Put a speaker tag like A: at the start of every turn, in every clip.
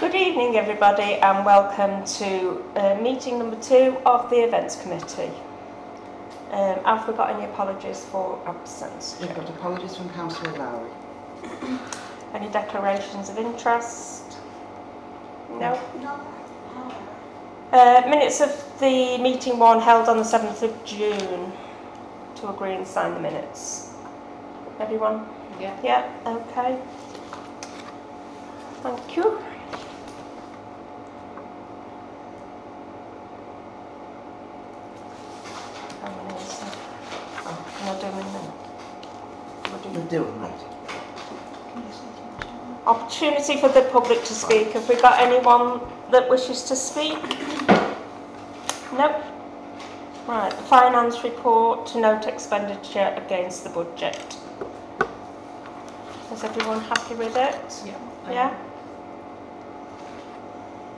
A: Good evening, everybody, and welcome to uh, meeting number two of the Events Committee. Um, have we got any apologies for absence?
B: We've got apologies from Councillor Lowry.
A: Any declarations of interest? No. Uh, minutes of the meeting one held on the 7th of June to agree and sign the minutes. Everyone?
C: Yeah.
A: Yeah, okay. Thank you. How many is that? Oh, Can I do them in a minute? We'll do-
B: We're doing that.
A: Opportunity for the public to speak. Have we got anyone that wishes to speak? Nope. Right, the finance report to note expenditure against the budget. Is everyone happy with it?
C: Yeah.
A: Yeah?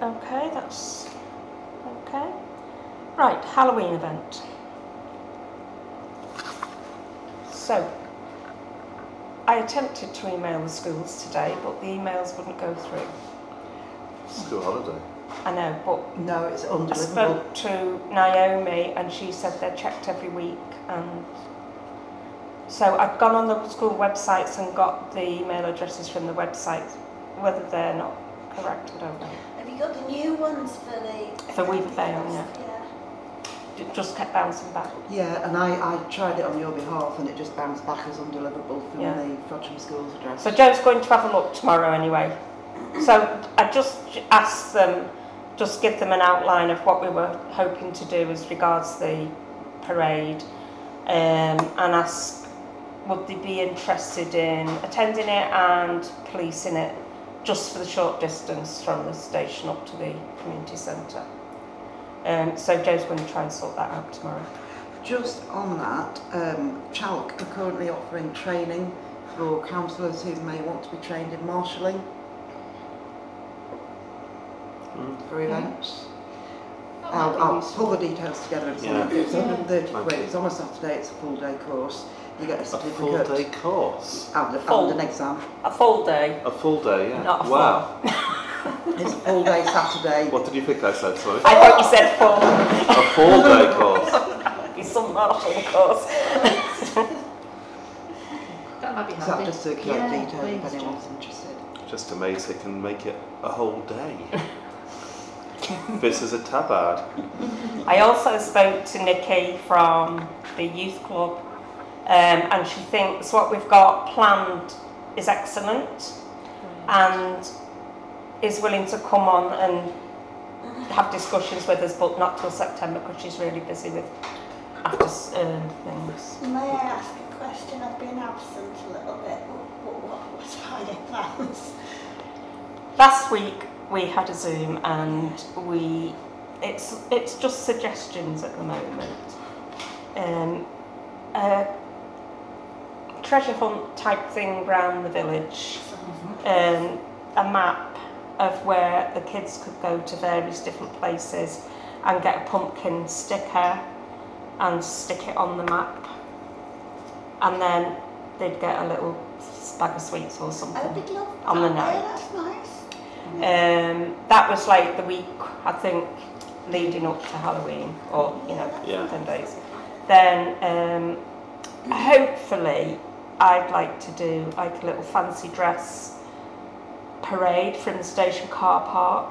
A: Okay, that's, okay. Right, Halloween event. So, I attempted to email the schools today, but the emails wouldn't go through.
D: School holiday.
A: I know, but
B: No, it's
A: I
B: undeliverable.
A: spoke to Naomi and she said they're checked every week and so I've gone on the school websites and got the email addresses from the websites, whether they're not correct, I don't know.
E: Have you got the new ones for the?
A: For Weaver Vale, yeah.
E: Yeah.
A: It just kept bouncing back.
B: Yeah, and I, I tried it on your behalf and it just bounced back as undeliverable from
A: Yeah.
B: the Frodsham Schools address.
A: So Joe's going to have a look tomorrow anyway. So I just asked them, just give them an outline of what we were hoping to do as regards the parade um, and ask would they be interested in attending it and policing it just for the short distance from the station up to the community centre. Um, so Joe's going to try and sort that out tomorrow.
B: Just on that, um, Chalk are currently offering training for councillors who may want to be trained in marshalling
A: Mm,
B: for events. I'll, I'll pull the details together and send it. It's 130
D: Yeah.
B: quid. It's on a Saturday. It's a full day course. You get a
D: A
B: certificate
D: full day course.
B: and,
A: Full.
B: and an exam.
A: A full day,
D: A full day, yeah.
A: Not a full.
D: wow.
B: It's a full day Saturday.
D: What did you think I said, sorry?
A: I thought you said full.
D: A full day course.
A: Be some martial course.
C: That might be
B: So I'll
C: handy.
B: just circulate
C: Yeah,
B: details if
C: please,
B: anyone's interested.
D: Just amazed they can make it a whole day. this is a tabard.
A: I also spoke to Nikki from the youth club, um, and she thinks what we've got planned is excellent and is willing to come on and have discussions with us, but not till September because she's really busy with after s- um, things.
E: May I ask a question? I've been absent a little bit. What, what, what are your plans?
A: Last week we had a Zoom and we it's it's just suggestions at the moment. Um, a treasure hunt type thing round the village, um, a map of where the kids could go to various different places and get a pumpkin sticker and stick it on the map and then they'd get a little bag of sweets or something.
E: I would love.
A: On the
E: that.
A: night.
E: Yeah, that's nice.
A: Um, that was like the week, I think, leading up to Halloween, or, you know,
D: Yeah.
A: 10 days. Then, um, hopefully, I'd like to do like a little fancy dress parade from the station car park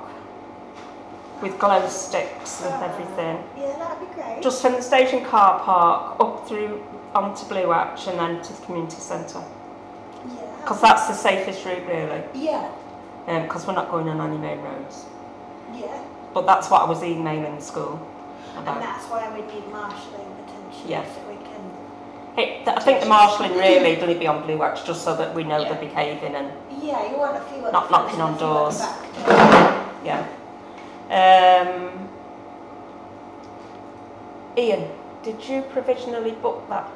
A: with glow sticks and everything.
E: Yeah, that'd be great.
A: Just from the station car park up through onto Blue Arch and then to the community centre.
E: yeah.
A: Because that's the safest route, really,
E: Yeah.
A: because we're not going on any main roads.
E: Yeah.
A: But that's what I was emailing school
E: And
A: about.
E: that's why we need marshalling potentially.
A: Yeah.
E: So we can.
A: It, I think the marshalling really done it beyond Blue Wax just so that we know they're behaving and
E: Yeah, you want a few.
A: Not knocking on doors.
E: Back.
A: yeah. Um, Ian, did you provisionally book that?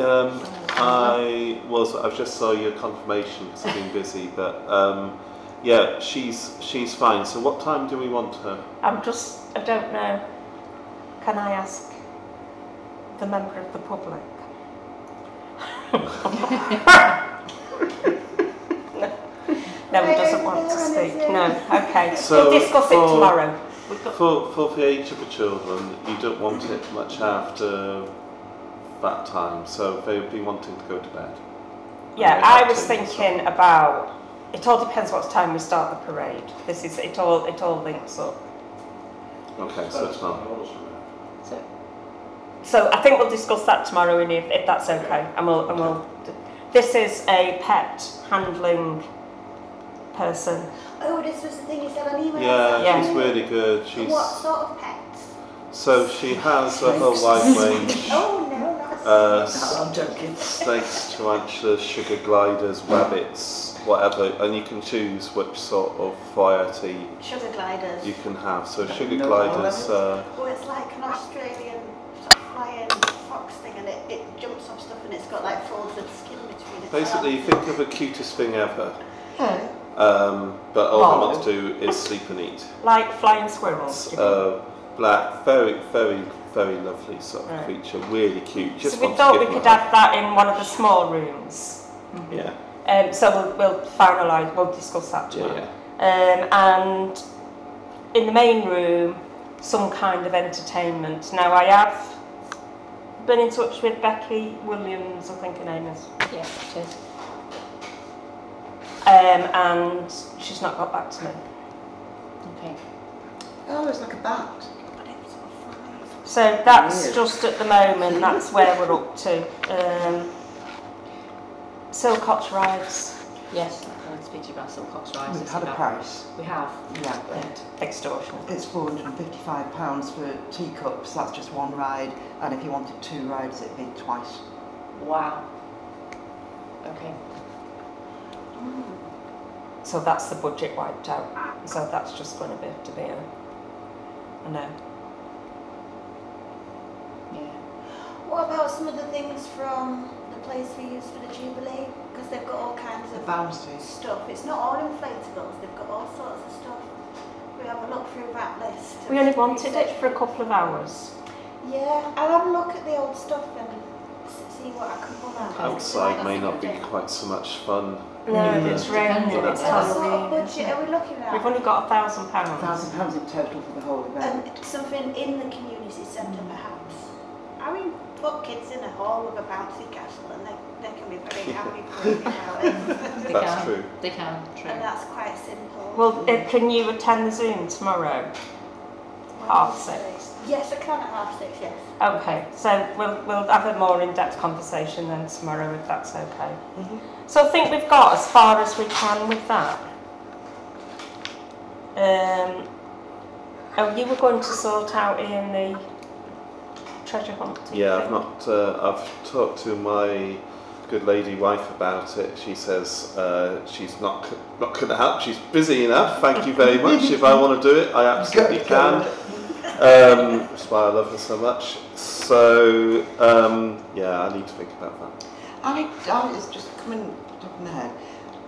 D: Um, I was. I just saw your confirmation because I've been busy. But um, yeah, she's she's fine. So what time do we want her?
A: I'm just, I don't know. Can I ask the member of the public? No one
E: Wait,
A: doesn't
E: is
A: want to
E: there one, is
A: speak.
E: there?
A: No. Okay.
D: So
A: we'll discuss it
D: for-
A: tomorrow. We've got
D: For, for the age of the children, you don't want it much after that time, so they would be wanting to go to bed.
A: Yeah,
D: Yeah,
A: I
D: that's
A: was
D: it.
A: thinking about. It all depends what time we start the parade. This is it. All it all links up.
D: Okay, so it's not.
A: So, so I think we'll discuss that tomorrow, and if, if that's okay, and we'll and we'll. This is a pet handling person.
E: Oh, this was the thing you said on email.
D: Yeah,
A: Yeah.
D: she's really good. She's
E: What sort of pets?
D: so she has a whole wide range.
E: Oh no, not a
D: Uh,
B: No, I'm joking.
D: snakes, tarantulas, sugar gliders, rabbits, whatever, and you can choose which sort of variety
E: sugar gliders.
D: you can have. So sugar
B: No,
D: gliders, uh,
E: Oh, it's like an Australian sort of flying fox thing, and it, it jumps off stuff, and it's got like folded skin between its
D: basically
E: Arms.
D: think of the cutest thing ever. Um, but all I want to do is sleep and eat.
A: Like flying squirrels.
D: It's
A: do you mean?
D: uh, black, very, very, very lovely sort of
A: Right.
D: creature, really cute. Just
A: so we
D: want to
A: thought
D: give
A: we
D: them a
A: could
D: hug. Mm-hmm.
A: have that in one of the small rooms.
D: Yeah,
A: Um, so we'll, we'll finalise. We'll discuss that tomorrow.
D: yeah, yeah.
A: Um, and in the main room, some kind of entertainment. Now, I have been in touch with Becky Williams, I think her name is,
C: Yeah, it is.
A: um, and she's not got back to me.
C: Okay.
B: Oh, it's like a bat.
E: But it's sort of flies.
A: So that's
B: Weird.
A: just at the moment, that's where we're up to. Um, Silcotch Rides,
C: Yes, I want to speak to you about Silcox Rise.
B: We've had a price.
C: We have.
B: Yeah.
A: extortion.
B: It's £455 for teacups, that's just one ride, and if you wanted two rides, it'd be twice.
C: Wow. Okay.
A: So that's the budget wiped out. So that's just going to be to be uh, a, a no.
C: Yeah.
E: What about some of the things from the place we used for the Jubilee? Because they've got all kinds
B: The
E: of
B: bounces.
E: stuff. It's not all inflatables, they've got all sorts of stuff. We have a look through that list.
A: We only wanted it for a couple of hours.
E: Yeah, I'll have a look at the old stuff and s- see what I can pull out.
D: Outside may not be quite so much fun. uh,
A: No, if
D: Yeah.
A: it's raining,
C: Depends
A: it's
C: on
E: What sort
A: Halloween.
E: of budget are we looking at?
A: Mm. We've only got a thousand pounds.
B: £1,000 in total for the whole event.
E: um, something in the community centre perhaps. I mean, put kids in a hall with a bouncy castle and they, they can be very happy playing about it.
C: They
D: That's
C: can.
D: true.
C: They can. True.
E: and that's quite simple.
A: Well, uh, can you attend the Zoom tomorrow? half six.
E: Yes, I can at half six, yes.
A: Okay, so we'll, we'll have a more in-depth conversation then tomorrow if that's okay.
D: Mm-hmm.
A: So I think we've got as far as we can with that. Um, oh, you were going to sort out in the treasure hunt.
D: Yeah, I've
A: thing.
D: not. Uh, I've talked to my good lady wife about it. She says uh, she's not c- not going to help. She's busy enough. Thank you very much. if I want to do it, I absolutely can. Um, that's why I love her so much. So um, yeah, I need to think about that.
B: Ali, Ali is just coming top of my head.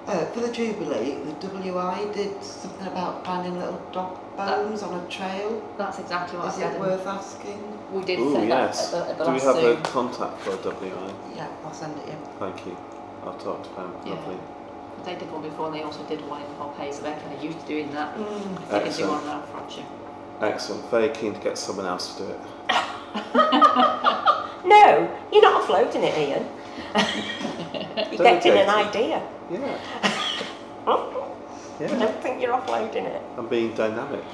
B: Uh, for the Jubilee, the WI did something about finding little dog bones on a trail.
C: That's exactly what
B: Is
C: I said.
B: it worth asking?
C: we did
D: Ooh,
C: say
D: yes.
C: that at the, at the
D: do we
C: last
D: have
C: Zoom.
D: a contact for WI?
B: Yeah, I'll send it in.
D: Thank you. I'll talk to them.
C: Yeah.
D: Lovely.
C: They did one before and they also did one in Pompeii, so they're kind of used to doing that. If they can do
D: Excellent.
C: one around Frontier.
D: Excellent. Very keen to get someone else to do it.
A: No, you're not floating it, Ian. You're getting
D: Delegating.
A: an idea.
D: Yeah.
A: I
D: yeah.
A: don't think you're offloading it.
D: I'm being dynamic.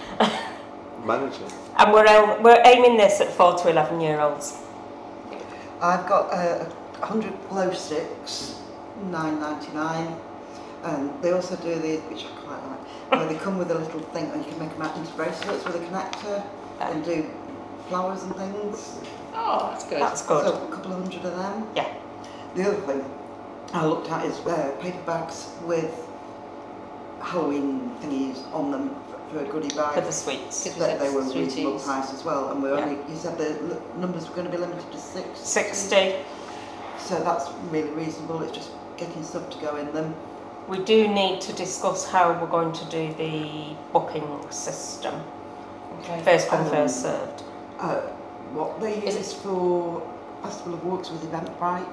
D: Managing.
A: And we're, el- we're aiming this at 4 to 11 year olds.
B: I've got uh, a hundred low six, nine ninety nine, and they also do these, which I quite like. where they come with a little thing, and you can make them out into bracelets with a connector, and do flowers and things.
C: Oh, that's good.
A: That's good.
B: So a couple of hundred of them.
A: Yeah.
B: The other thing I looked at is uh, paper bags with Halloween thingies on them for a goodie bag.
A: for the sweets.
C: Because we
B: That
C: said
B: they were
C: sweeties.
B: reasonable price as well, and we
A: Yeah.
B: only you said the l- numbers were going to be limited to six.
A: 60.
B: So that's really reasonable. It's just getting stuff to go in them.
A: We do need to discuss how we're going to do the booking system.
B: Okay.
A: First come, first served.
B: Uh, what they
C: Is
B: use is for Festival of Works with Eventbrite.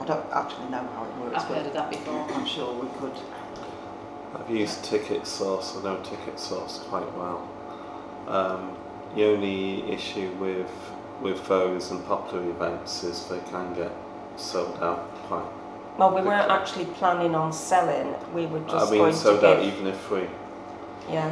B: I don't actually know how it works,
C: I've heard of that before.
B: but I'm sure we could.
D: I've used Ticket Source. I know Ticket Source quite well. Um, the only issue with with those and popular events is they can get sold out quite.
A: Well, we weren't actually planning on selling. We were just
D: I mean,
A: going
D: sold
A: to
D: out
A: give.
D: even if we.
A: Yeah.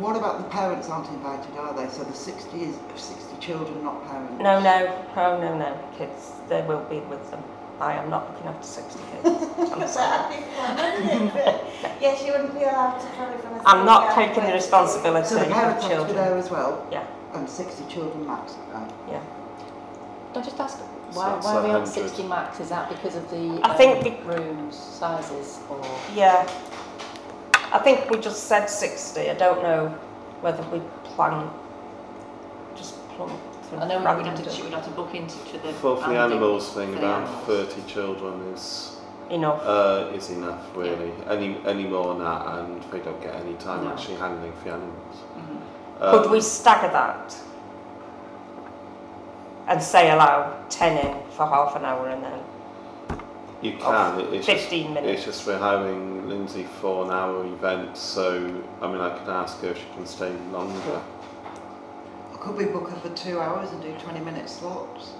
B: What about the parents aren't invited, are they? So the 60 is 60 children, not parents.
A: No, no, no, no, no. Kids, they will be with them. I am not looking after sixty kids. I'm sorry.
E: Yes, you wouldn't be allowed to carry from a
A: I'm not
E: three-yard
A: taking the
E: plate.
A: responsibility
B: So the
A: of
B: parents have to be
A: children.
B: there as well.
A: Yeah.
B: And 60 children max. Right.
C: Can I just ask,
D: So
C: why,
D: it's
C: why are we on
D: 100.
C: 60 max? Is that because of the
A: I think be-
C: rooms, sizes, or
A: Yeah. I think we just said sixty. I don't know whether we plan just plump.
C: I know we would have to, ch- we'd have to book into to the
D: For the
C: animal.
D: animals thing,
C: for the
D: around
C: animals.
D: 30 children is
A: Enough.
D: uh, is enough, really. Any any more than that, and they don't get any time
C: No.
D: actually handling the animals.
C: Mhm.
D: Um,
A: Mm-hmm. Could we stagger that? And say allow ten in for half an hour and then
D: You can. it- It's just,
A: fifteen minutes.
D: it's just we're hiring Lindsay for an hour event, so I mean, I could ask her if she can stay longer.
B: Could we book her for two hours and do 20 minute slots?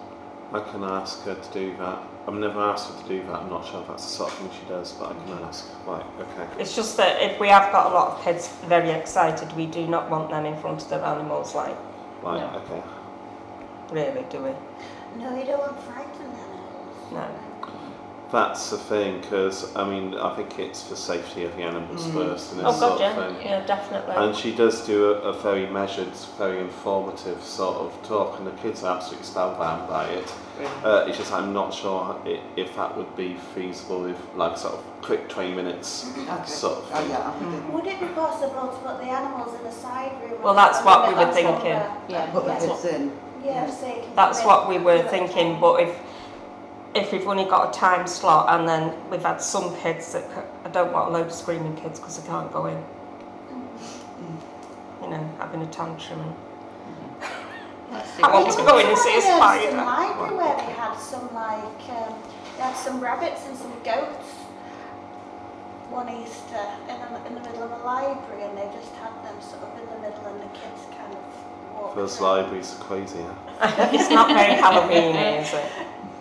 D: I can ask her to do that. I've never asked her to do that. I'm not sure if that's the sort of thing she does, but I can ask. Right, okay.
A: It's just that if we have got a lot of kids very excited, we do not want them in front of their animals, like,
D: Right,
C: No.
D: okay.
A: really, do we?
E: No, you don't want frightened animals.
A: No.
D: That's the thing, because I mean, I think it's for safety of the animals
B: Mm.
D: first and this
A: Oh, God,
D: sort of
A: yeah.
D: thing.
A: Yeah, definitely.
D: And she does do a, a very measured, very informative sort of talk, and the kids are absolutely spellbound by it. Uh, it's just I'm not sure i if that would be feasible if like sort of quick 20 minutes
A: Mm-hmm.
B: Okay.
D: sort of
B: Oh,
D: thing.
B: yeah,
A: Mm.
B: I'm with you.
E: Would it be possible to put the animals in a side room?
A: Well, that's what we were thinking.
C: Yeah,
B: Put the
C: that's what,
B: kids in.
E: Yeah, so you can
A: That's
E: come in
A: what we were
E: at a
A: thinking,
E: time.
A: but if if we've only got a time slot and then we've had some kids that c- I don't want a load of screaming kids because they can't go in. You know, having a tantrum. And,
C: that's
A: I want
E: It
A: to
E: was
A: go in and see a
E: somewhere else in
A: spider.
E: Library where they had some like um, they had some rabbits and some goats one Easter in the, in the middle of a library and they just had them sort of in the middle and the kids kind of walked.
D: Those
E: around.
D: libraries are crazy. eh?
A: it's not very Halloween, is it?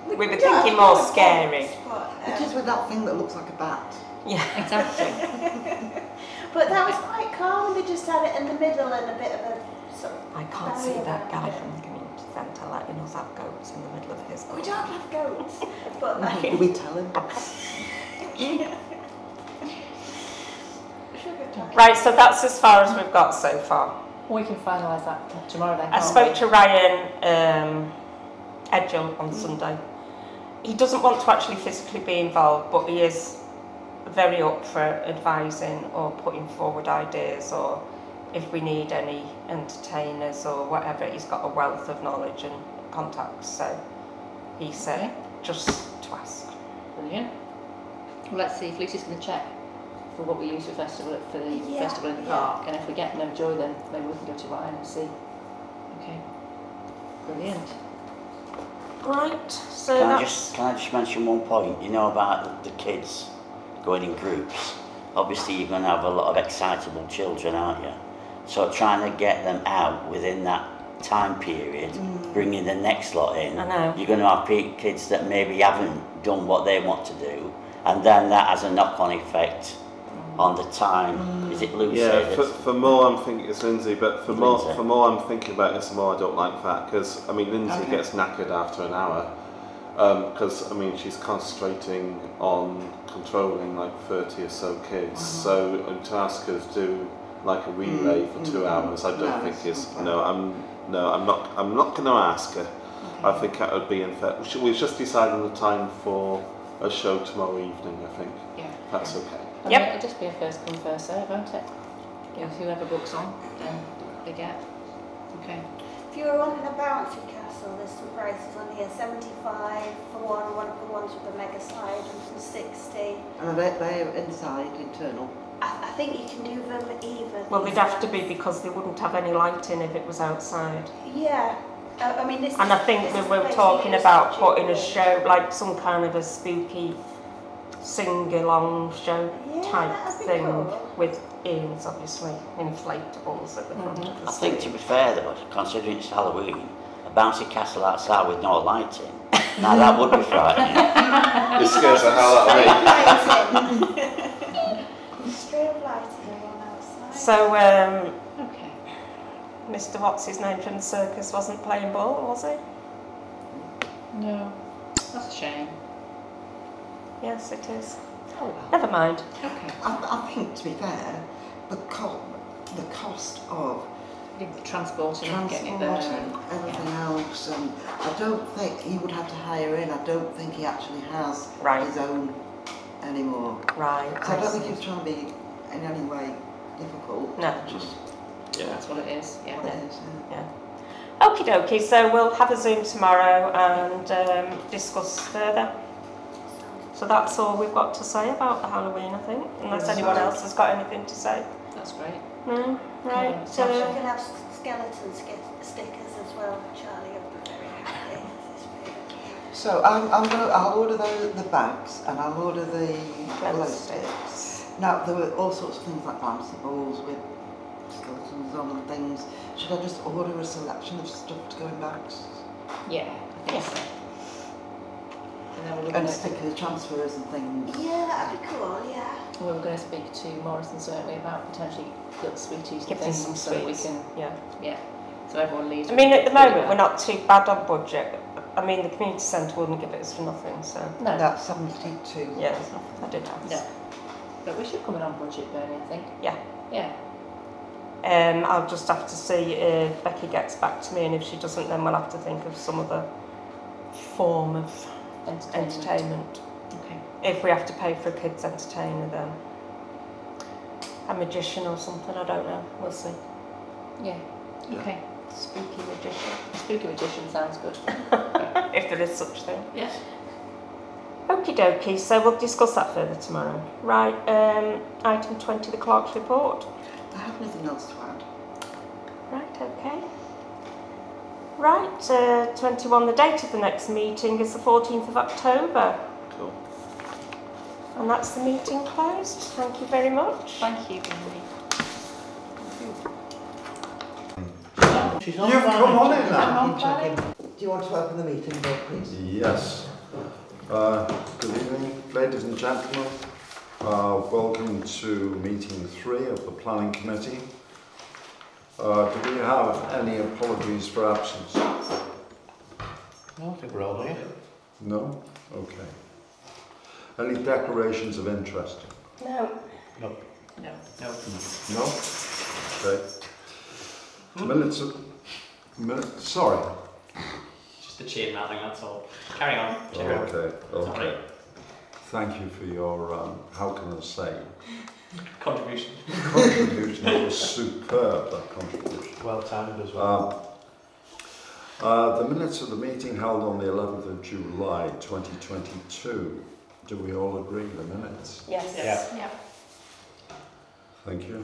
A: We were thinking more scary.
E: But,
B: It is
E: um,
B: with that thing that looks like a bat.
A: Yeah.
C: exactly.
E: but that was quite calm. They just had it in the middle and a bit of a sort of.
A: I can't see that guy from the community centre letting us have goats in the middle of his.
E: We don't have goats, but like
B: Do we tell him?
E: sugar tongs.
A: Right, so that's as far as we've got so far.
C: we can finalise that tomorrow then.
A: I
C: can't
A: spoke
C: we?
A: to Ryan um, Edgell on Sunday. He doesn't want to actually physically be involved, but he is very up for advising or putting forward ideas or if we need any entertainers or whatever. He's got a wealth of knowledge and contacts, so he said
C: Okay.
A: just to ask.
C: Brilliant. Well, let's see if Lucy's going to check for what we use for festival for the
E: Yeah,
C: festival in the
E: yeah.
C: park, and if we get no joy, then maybe we can go to Ryan and see. Okay. Brilliant.
A: Right, so
F: Can I,
A: that's.
F: just, can I just mention one point? You know about the the kids going in groups. Obviously, you're going to have a lot of excitable children, aren't you? So trying to get them out within that time period, bringing the next lot in.
A: Mm. I know.
F: You're going to have pe- kids that maybe haven't done what they want to do, and then that has a knock-on effect on the
A: Mm.
F: time. Is it Lucy?
D: Yeah,
F: that's-
D: for, for more I'm thinking it's Lindsay, but for more
F: Lindsay.
D: for more I'm thinking about this, the more I don't like that because I mean Lindsay
B: Okay.
D: gets knackered after an hour because I mean she's concentrating on controlling like thirty or so kids.
B: Uh-huh.
D: So and to ask her to do like a relay for two
B: mm,
D: hours, I don't
B: no,
D: think
B: it's
D: is
B: not fair.
D: no. I'm no, I'm not. I'm not going to ask her. I think that would be unfair. We should- We've just decided on the time for a show tomorrow evening. I think
C: Yeah.
D: that's okay.
C: And
A: Yep.
C: It'll just be a first come first serve, won't it? Yeah. Whoever books on, then they get. Okay.
E: If you were wanting a bouncy castle, there's some prices on here. 75 for one, one of the ones with the mega slide, 160.
B: And they, they're inside, internal.
E: I, I think you can do them either.
A: Well,
E: these
A: they'd have to be
E: ones.
A: because they wouldn't have any lighting if it was outside.
E: Yeah. I, I mean, this
A: And I
E: is-
A: think
E: this
A: we
E: is
A: were
E: basically
A: talking
E: just
A: about
E: what you
A: putting a
E: would.
A: show, like some kind of a spooky sing along show
E: Yeah,
A: type
E: that'd be
A: thing
E: cool.
A: with ears, obviously, inflatables at the front of the
F: I think,
A: stage.
F: to be fair though, considering it's Halloween, a bouncy castle outside with no lighting, now that would be frightening.
D: It scares the hell out of me.
E: Lighting. Strobe lighting on outside.
A: So, um,
C: Okay.
A: Mr. What's his name from the circus wasn't playing ball, was he?
C: No. That's a shame.
A: Yes, it is.
C: Oh well.
A: Never mind.
C: Okay.
B: I, I think, to be fair, the, co- the cost of
C: The transporting, and
B: transport
C: getting it there.
B: and
C: and-
B: everything else, and I don't think he would have to hire in. I don't think he actually has
A: Right.
B: his own anymore.
A: Right.
B: So I
A: I
B: don't think
A: see.
B: he was trying to be in any way difficult.
A: No.
B: Just
D: Yeah.
C: That's what it is. Yeah.
B: what it is, yeah.
A: Okie dokie, so we'll have a Zoom tomorrow and um, discuss further. So that's all we've got to say about the Halloween, I think, unless anyone else has got anything to say.
C: That's great.
A: No? Hmm, Right.
C: Mm.
E: So we
A: So,
E: can have s- skeleton sk- stickers as well, Charlie. I'll be very happy. This is really-
B: So I'm, I'm gonna, I'll order the, the bags and I'll order the glow sticks. Now there were all sorts of things like bouncy balls with skeletons on and things. Should I just order a selection of stuff to go in bags
C: Yeah. I think so. And then we're looking
B: and
C: at
B: sticker transfers and things?
E: Yeah, that'd be cool. Yeah.
C: We were going to speak to Morrison, weren't we, about potentially little sweeties
A: Give
C: and
A: them
C: things
A: some
C: so that we
A: sweets.
C: can,
A: yeah.
C: yeah, so everyone leaves.
A: I mean, at
C: with a
A: the
C: bit
A: moment, we're
C: of
A: not too bad on budget. I mean, the community centre wouldn't give it us for nothing, so.
C: No,
B: That's 72.
A: Yeah, there's nothing I did ask.
C: No. but we should come in on budget, Bernie, I think.
A: Yeah.
C: Yeah.
A: Um, I'll just have to see if Becky gets back to me, and if she doesn't, then we'll have to think of some other form of
C: Entertainment.
A: entertainment.
C: Okay.
A: If we have to pay for a kids' entertainer, then a magician or something, I don't know. We'll see.
C: Yeah.
D: Yeah.
C: Okay.
A: Spooky magician,
C: Spooky magician sounds good.
A: if there is such thing.
C: Yeah.
A: Okie dokie, so we'll discuss that further tomorrow. Right, um, item 20, the clerk's report.
B: I have nothing else to add.
A: Right, okay. Right, uh, 21, the date of the next meeting is the 14th of October.
D: Cool.
A: And that's the meeting closed. Thank you very much.
C: Thank you, Bernie.
G: She's
H: You've come on in
G: now.
C: I'm on Friday.
B: Do you want to open the meeting door, please?
H: Yes. Uh, Good evening, ladies and gentlemen. Uh, Welcome to meeting three of the planning committee. Uh, Do we have any apologies for absence?
G: I don't think we're all here.
H: No? Okay. Any declarations of interest?
A: No.
G: No.
C: No.
G: No.
H: No? Okay. Minutes of, minutes, sorry.
G: Just the chain rattling, that's all. Carry on. Carry on.
H: Oh, Okay,
G: alright.
H: okay. Thank you for your, um, how can I say,
G: Contribution.
H: contribution It was superb, that contribution.
G: Well timed as well.
H: Um, uh, the minutes of the meeting held on the 11th of July 2022. Do we all agree the minutes?
A: Yes.
G: Yeah.
C: Yeah.
H: Thank you.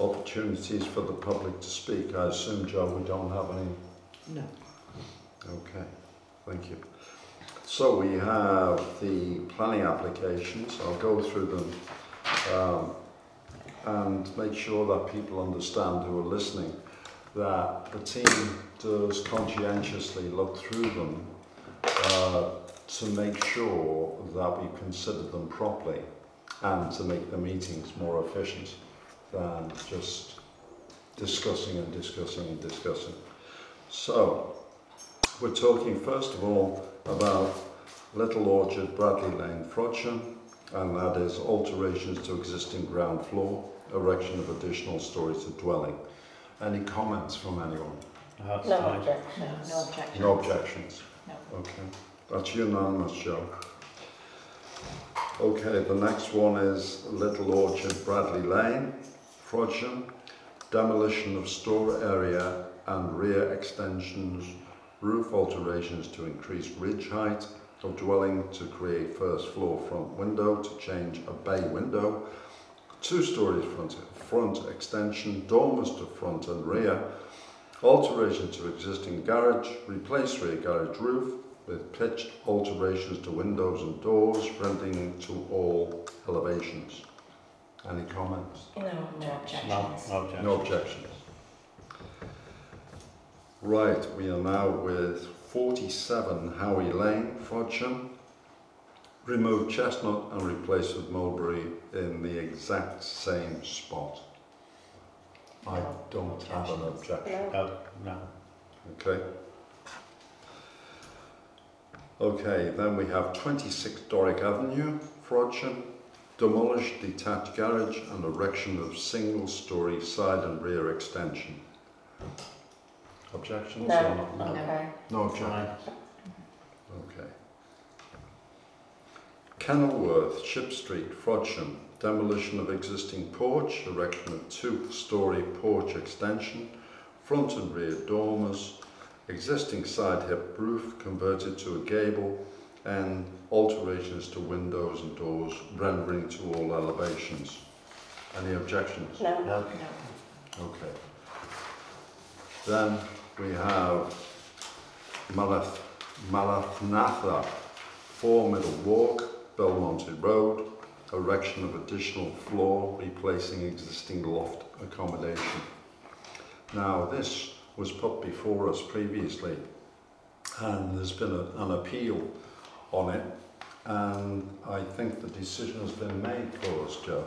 H: Opportunities for the public to speak. I assume, Joe, we don't have any
B: No.
H: Okay, thank you. So we have the planning applications, I'll go through them um, and make sure that people understand who are listening that the team does conscientiously look through them uh, to make sure that we consider them properly and to make the meetings more efficient than just discussing and discussing and discussing. So, we're talking first of all about Little Orchard Bradley Lane, Frodsham, and that is alterations to existing ground floor, erection of additional stories to dwelling. Any comments from anyone?
I: Uh,
G: No, it's
A: No
G: fine.
A: object.
C: No, no objection.
H: No objections?
C: No.
H: Okay, that's unanimous, Joe. Okay, the next one is Little Orchard Bradley Lane, Frodsham, demolition of store area and rear extensions, roof alterations to increase ridge height of dwelling to create first floor front window to change a bay window, two stories front, front extension, dormers to front and rear, alteration to existing garage, replace rear garage roof, with pitched alterations to windows and doors, renting to all elevations. Any comments?
A: No,
C: No
I: No,
C: objections.
I: no objection.
H: No objections. Right, we are now with 47 Howie Lane, Frodsham. Remove Chestnut and replace with Mulberry in the exact same spot. I
C: No
H: don't have an
C: objections.
H: objection.
I: No, no.
H: Okay. Okay, then we have 26 Doric Avenue, Frodsham. Demolish detached garage and erection of single story side and rear extension. Objections?
A: No.
H: or not?
I: No.
C: No.
H: No objection. Okay. Kenilworth, Ship Street, Frodsham. Demolition of existing porch, erection of two-storey porch extension, front and rear dormers, existing side hip roof converted to a gable, and alterations to windows and doors, rendering to all elevations. Any objections?
A: No.
I: No.
C: No.
H: Okay. Then we have Malath, Malathnatha, Four Middle Walk, Belmonte Road, erection of additional floor replacing existing loft accommodation. Now, this was put before us previously, and there's been a, an appeal on it, and I think the decision has been made for us, Joe.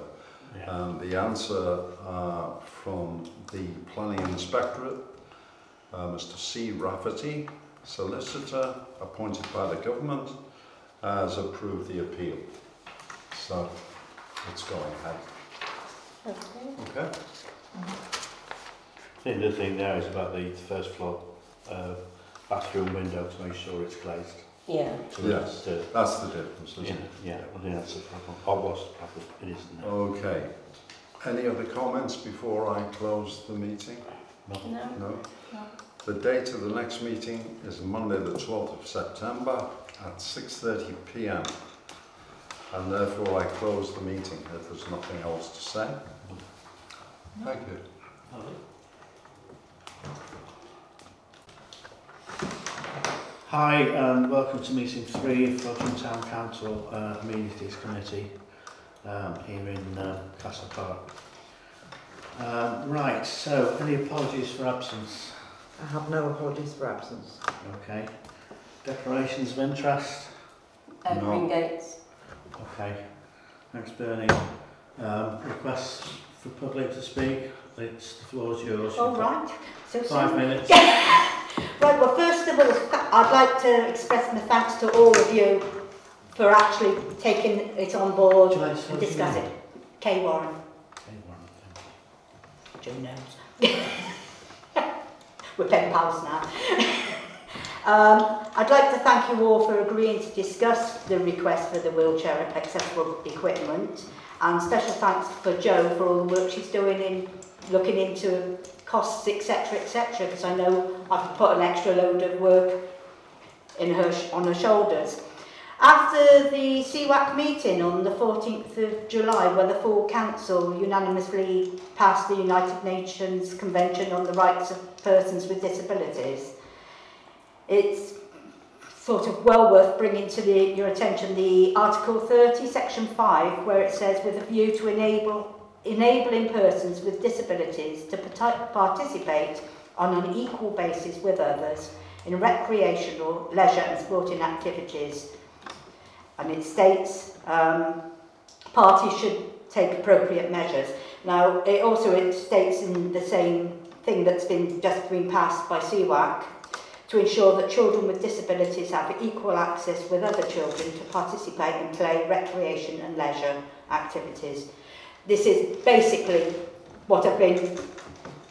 I: Yeah.
H: And the answer uh, from the planning inspectorate, uh, Mr. C. Rafferty, solicitor appointed by the government, has approved the appeal. So it's going ahead. Okay.
I: I think the other thing there is about the first floor uh, bathroom window to make sure it's glazed.
A: Yeah.
I: So
H: Yes.
I: that's, uh,
H: That's the difference, isn't
I: yeah,
H: it?
I: yeah, I think that's the problem. Or was the problem? It isn't. now.
H: Okay. Any other comments before I close the meeting?
I: No.
A: No.
H: No? The date of the next meeting is Monday, the 12th of September at 6:30 PM. And therefore I close the meeting if there's nothing else to say. Thank you.
I: Hi, and welcome to meeting three of Frodsham Town Council uh, Amenities Committee um, here in uh, Castle Park. Um, right, so any apologies for absence?
B: I have no apologies for absence.
I: Okay. Declarations of interest?
A: Uh,
H: No.
A: Green Gates.
I: Okay. Thanks, Bernie. Um, requests for public to speak? It's, the floor is yours.
J: All
I: You've got
J: right. So,
I: Five
J: so
I: minutes.
J: right. Well, first of all, th- I'd like to express my thanks to all of you for actually taking it on board
I: Would you like to say
J: and discuss it.
I: something?
J: Kay Warren,
I: Okay, Warren, thank you.
J: Joe knows. We're pen pals now. um, I'd like to thank you all for agreeing to discuss the request for the wheelchair accessible equipment, and special thanks for Jo for all the work she's doing in looking into costs, etc., etc. Because I know I've put an extra load of work in her sh- on her shoulders. After the CWAC meeting on the 14th of July, where the full council unanimously passed the United Nations Convention on the Rights of Persons with Disabilities, it's sort of well worth bringing to the, your attention the Article 30, Section 5, where it says, with a view to enable enabling persons with disabilities to parti- participate on an equal basis with others in recreational, leisure and sporting activities. And it states um, parties should take appropriate measures. Now, it also it states in the same thing that's been just been passed by CWAC to ensure that children with disabilities have equal access with other children to participate in play, recreation and leisure activities. This is basically what I've been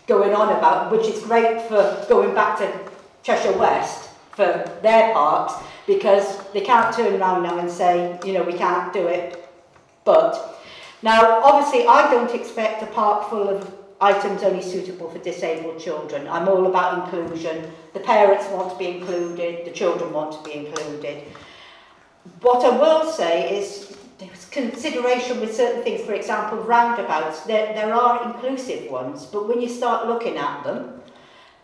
J: going on about, which is great for going back to Cheshire West for their parks because they can't turn around now and say, you know, we can't do it. But now, obviously, I don't expect a park full of items only suitable for disabled children. I'm all about inclusion. The parents want to be included, the children want to be included. What I will say is there's consideration with certain things, for example, roundabouts. There, there are inclusive ones, but when you start looking at them,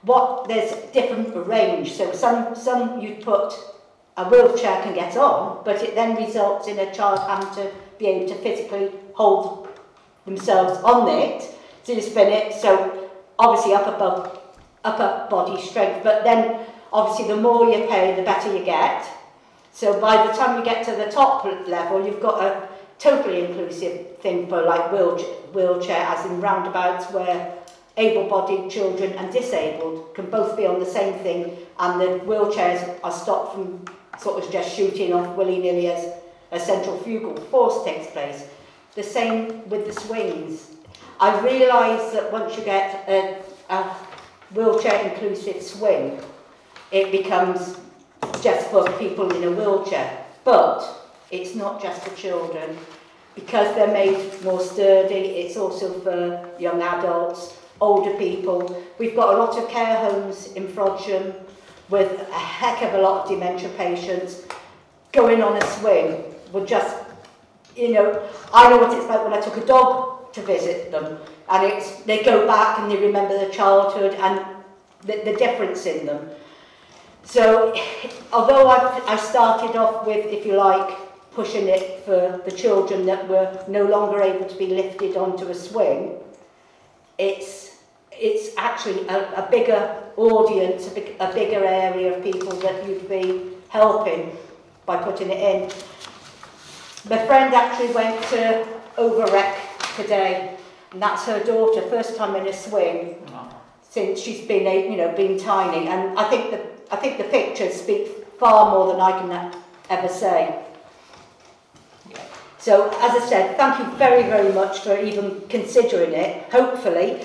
J: what there's different range. So some some you'd put a wheelchair can get on, but it then results in a child having to be able to physically hold themselves on it to spin it. So obviously upper, bo- upper body strength, but then obviously the more you pay, the better you get. So by the time you get to the top level, you've got a totally inclusive thing for like wheelchair, wheelchair as in roundabouts where able-bodied children and disabled can both be on the same thing and the wheelchairs are stopped from sort of just shooting off willy-nilly as a centrifugal force takes place. The same with the swings. I realise that once you get a, a wheelchair-inclusive swing, it becomes just for people in a wheelchair. But it's not just for children. Because they're made more sturdy, it's also for young adults, older people. We've got a lot of care homes in Frodsham with a heck of a lot of dementia patients. Going on a swing would just, you know, I know what it's like when I took a dog to visit them and it's, they go back and they remember their childhood and the, the difference in them. So, although I, I started off with, if you like, pushing it for the children that were no longer able to be lifted onto a swing, it's it's actually a, a bigger audience, a, big, a bigger area of people that you'd be helping by putting it in. My friend actually went to Overrec today, and that's her daughter, first time in a swing since she's been, a- you know, been tiny. And I think the I think the pictures speak far more than I can e- ever say. So, as I said, thank you very, very much for even considering it. Hopefully,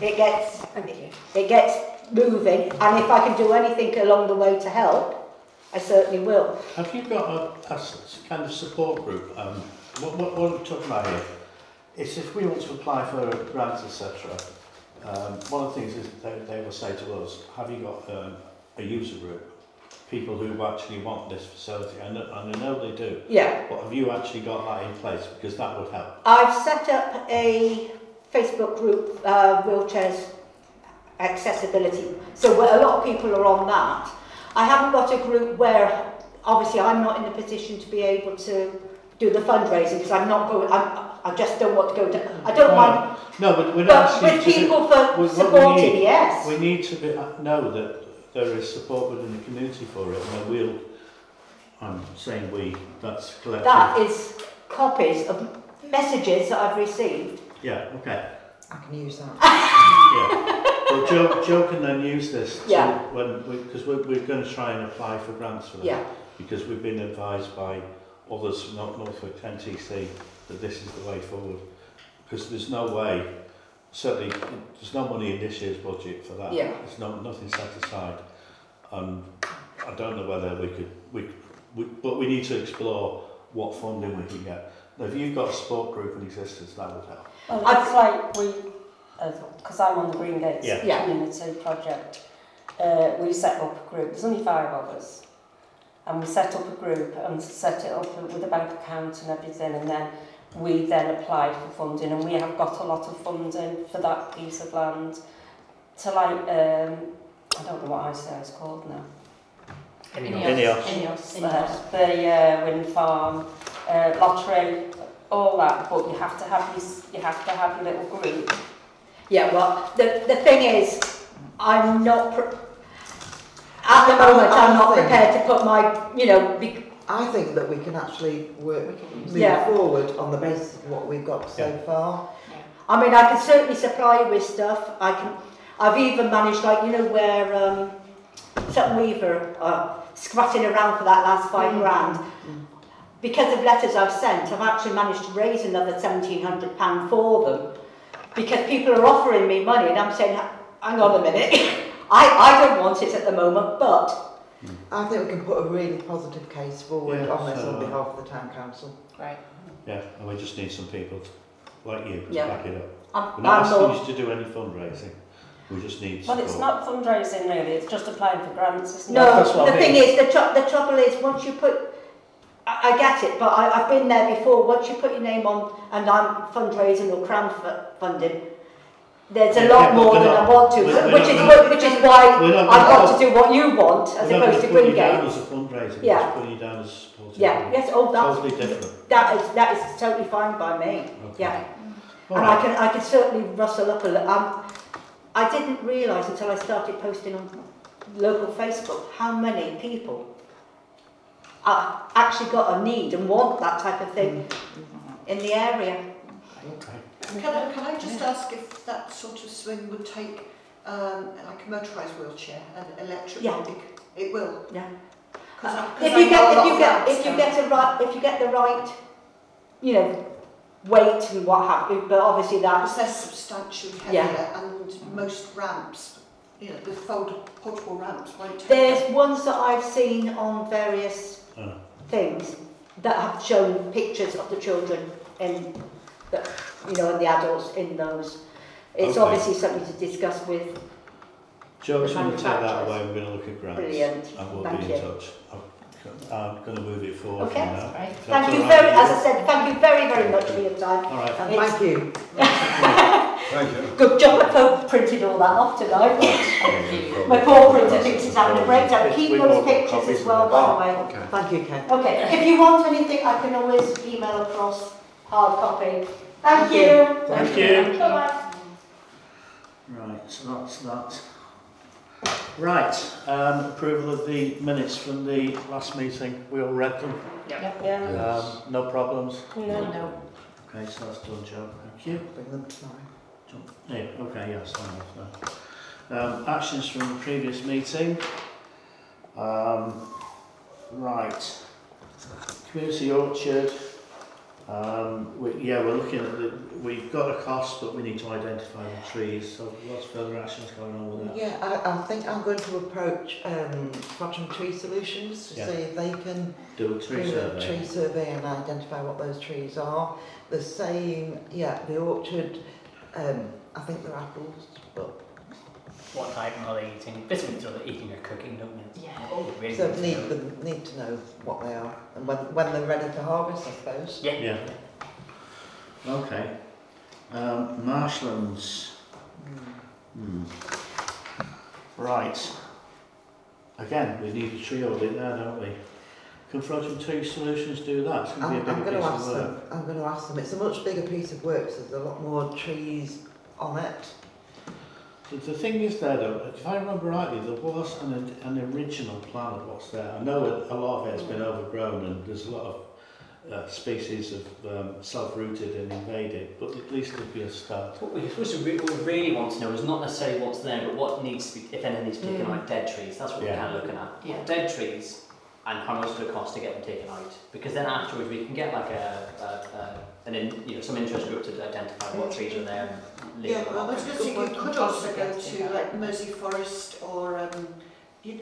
J: it gets it gets moving, and if I can do anything along the way to help, I certainly will.
I: Have you got a, a s- kind of support group? Um, what, what, what we're talking about here is if we want to apply for a grant, etc., um, one of the things is they, they will say to us, have you got um, a user group? People who actually want this facility, and, I- and I know they do.
J: Yeah.
I: But have you actually got that in place? Because that would help.
J: I've set up a Facebook group, uh, Wheelchairs Accessibility. So where a lot of people are on that. I haven't got a group where, obviously, I'm not in a position to be able to do the fundraising because I'm not going, I'm, I just don't want to go to, I don't mind.
I: No, but we're
J: But
I: not asking
J: with
I: you to do-
J: people for
I: we- what we
J: supporting,
I: need-
J: yes.
I: We need to be, uh, know that there is support within the community for it, and we'll, I'm saying we, that's collective.
J: That is copies of messages that I've received.
I: Yeah, okay,
B: I can use that.
I: yeah. Well, Joe, Joe can then use this to,
J: Yeah.
I: when, because we're, we're gonna try and apply for grants for that.
J: Yeah.
I: Because we've been advised by others, not Norfolk NTC, that this is the way forward. Because there's no way, certainly, there's no money in this year's budget for that.
J: Yeah.
I: There's no, nothing set aside. Um, I don't know whether we could, we, we, but we need to explore what funding we can get. Now, if you've got a support group in existence, that would help.
A: Well, it's like we, because I'm on the Green Gates
I: Yeah.
J: Yeah.
A: Community Project, uh, we set up a group, there's only five of us, and we set up a group and set it up with a bank account and everything, and then we then applied for funding, and we have got a lot of funding for that piece of land to like, um, I don't know what ICO is called now.
I: Ineos.
A: Ineos,
C: Ineos.
A: uh, the uh, wind farm, uh, lottery, all that. But you have to have your, s- you have to have your little group.
J: Yeah, well, the, the thing is, I'm not, pre- at the moment, I'm not prepared to put my, you know, be,
B: I think that we can actually work, we can move
J: Yeah.
B: forward on the basis of what we've got so far.
J: I mean, I can certainly supply you with stuff. I can. I've even managed, like you know, where um, Sutton Weaver uh, scratching around for that last five grand.
A: Hmm.
J: Because of letters I've sent, I've actually managed to raise another seventeen hundred pound for them. Because people are offering me money, and I'm saying, "Hang on a minute, I, I don't want it at the moment, but
B: I think we can put a really positive case forward
I: Yeah,
B: on this
I: so-
B: on behalf of the town council.
C: Great.
I: Yeah, and we just need some people t- like you to
J: Yeah.
I: back it up. We're
J: I'm,
I: not
J: I'm
I: asking
J: more."
I: you to do any fundraising. We just need
A: Well,
I: support.
A: it's not fundraising really. It's just applying for grants, isn't
J: No,
I: That's what
J: the
I: I
J: thing
I: mean.
J: is, the, tr- the trouble is, once you put, I, I get it, but I, I've been there before. Once you put your name on, and I'm fundraising or crowdfunding, there's a lot
I: Yeah,
J: more
I: we're
J: than I
I: not-
J: want to,
I: we're- we're
J: which is
I: not
J: wh- which is why
I: we're
J: I've
I: not
J: got
I: gonna-
J: to do what you want as
I: We're not
J: opposed
I: just
J: to
I: putting
J: Green
I: you down
J: Game.
I: as a fundraiser, we're
J: Yeah.
I: just putting you down as a supporter.
J: Yeah, yes, oh, that's
I: Totally different.
J: That is that is totally fine by me. Yeah,
I: All
J: and
I: right.
J: I can I can certainly rustle up a little. Um, I didn't realise until I started posting on local Facebook how many people uh, actually got a need and want that type of thing
I: Mm.
J: in the area.
B: Can I, can I just ask if that sort of swing would take um, like a motorised wheelchair, an electric
J: Yeah.
B: one? Bec- It will.
J: Yeah.
B: 'Cause I- 'cause
J: if
B: I
J: you
B: know a
J: get if
B: lot
J: you
B: of
J: get
B: that's
J: if you
B: done.
J: get the right if you get the right, you know, weight and what have you, but obviously that's
B: Because they're substantially heavier
J: Yeah.
B: and most ramps, you know, the fold portable ramps won't take
J: There's ones that I've seen on various
I: Oh.
J: things that have shown pictures of the children and the, you know and the adults in those. It's
I: Okay.
J: obviously something to discuss with.
I: Joe's
J: The
I: going to take that
J: manufacturers.
I: away. We're going to look at grants.
J: Brilliant.
I: And we'll
J: Thank
I: be in
J: you.
I: touch. I'm- I'm going to move it forward
J: Okay.
I: from now.
C: Right.
I: If that's
J: Thank you
I: all right
J: very, as I
I: with
J: said, thank you very very much for your
I: you.
J: time.
I: All right.
J: It's-
B: Thank you.
H: Thank you.
J: Good job I've printed all that off tonight. My poor printer thinks it's having a breakdown.
I: Yes,
J: Keep
I: we've all
J: those
I: got
J: pictures
I: copies
J: as
I: of
J: well,
I: it.
J: by the way.
H: Okay.
B: Thank you, Ken.
J: Okay, if you want anything, I can always email across hard copy. Thank
B: Thank you.
J: you.
I: Thank you.
E: Bye-bye.
I: Right, so that's that. Right, um, approval of the minutes from the last meeting. We all read them.
A: Yeah.
H: Yes.
I: Um, no problems.
A: No.
I: Okay, so that's done, Joe. Thank you.
B: Bring them tomorrow.
I: Yeah, okay, yeah, sign off now. Um, actions from the previous meeting. Um, right. Community orchard. Um, we, yeah, we're looking at the, we've got a cost, but we need to identify the trees, so lots of further actions going on with that.
B: Yeah, I, I think I'm going to approach um, Bottom Tree Solutions to
I: Yeah.
B: see if they can
I: Do a tree
B: do a
I: survey.
B: tree survey and identify what those trees are. The same, yeah, the orchard, um, I think they're apples, but
G: What type are they eating? Biscuits are they eating or cooking, don't you?
C: Yeah.
G: Oh, really?
B: so
G: good to
B: need,
G: know.
B: them, need to know what they are and when, when they're ready to harvest, I suppose.
G: Yeah.
I: Yeah. Okay. Um, marshlands. Hmm. Right. Again, we need a tree audit there, don't we? Can Frozen Two Solutions do that? It's going
B: I'm,
I: to be a
B: I'm
I: bigger
B: going to
I: piece of
B: ask
I: work.
B: them. I'm going to ask them. It's a much bigger piece of work, so there's a lot more trees on it.
I: The, the thing is there though, if I remember rightly, there was an, an original plan of what's there. I know that a lot of it has been overgrown and there's a lot of uh, species of um, self-rooted and invaded, but at least it'd be a start.
G: What we supposed to re- what we really want to know is not necessarily what's there, but what needs to be, if anything needs to be taken
B: Mm.
G: out, dead trees. That's what
I: Yeah.
G: we're kind of looking at.
C: Yeah.
G: Dead trees and how much do it cost to get them taken out? Because then afterwards we can get like a, a, a an in, you know some interest group to identify
B: Mm.
G: what trees are there. And leave them out.
B: just thinking you could also go to like Mersey Forest or um, you,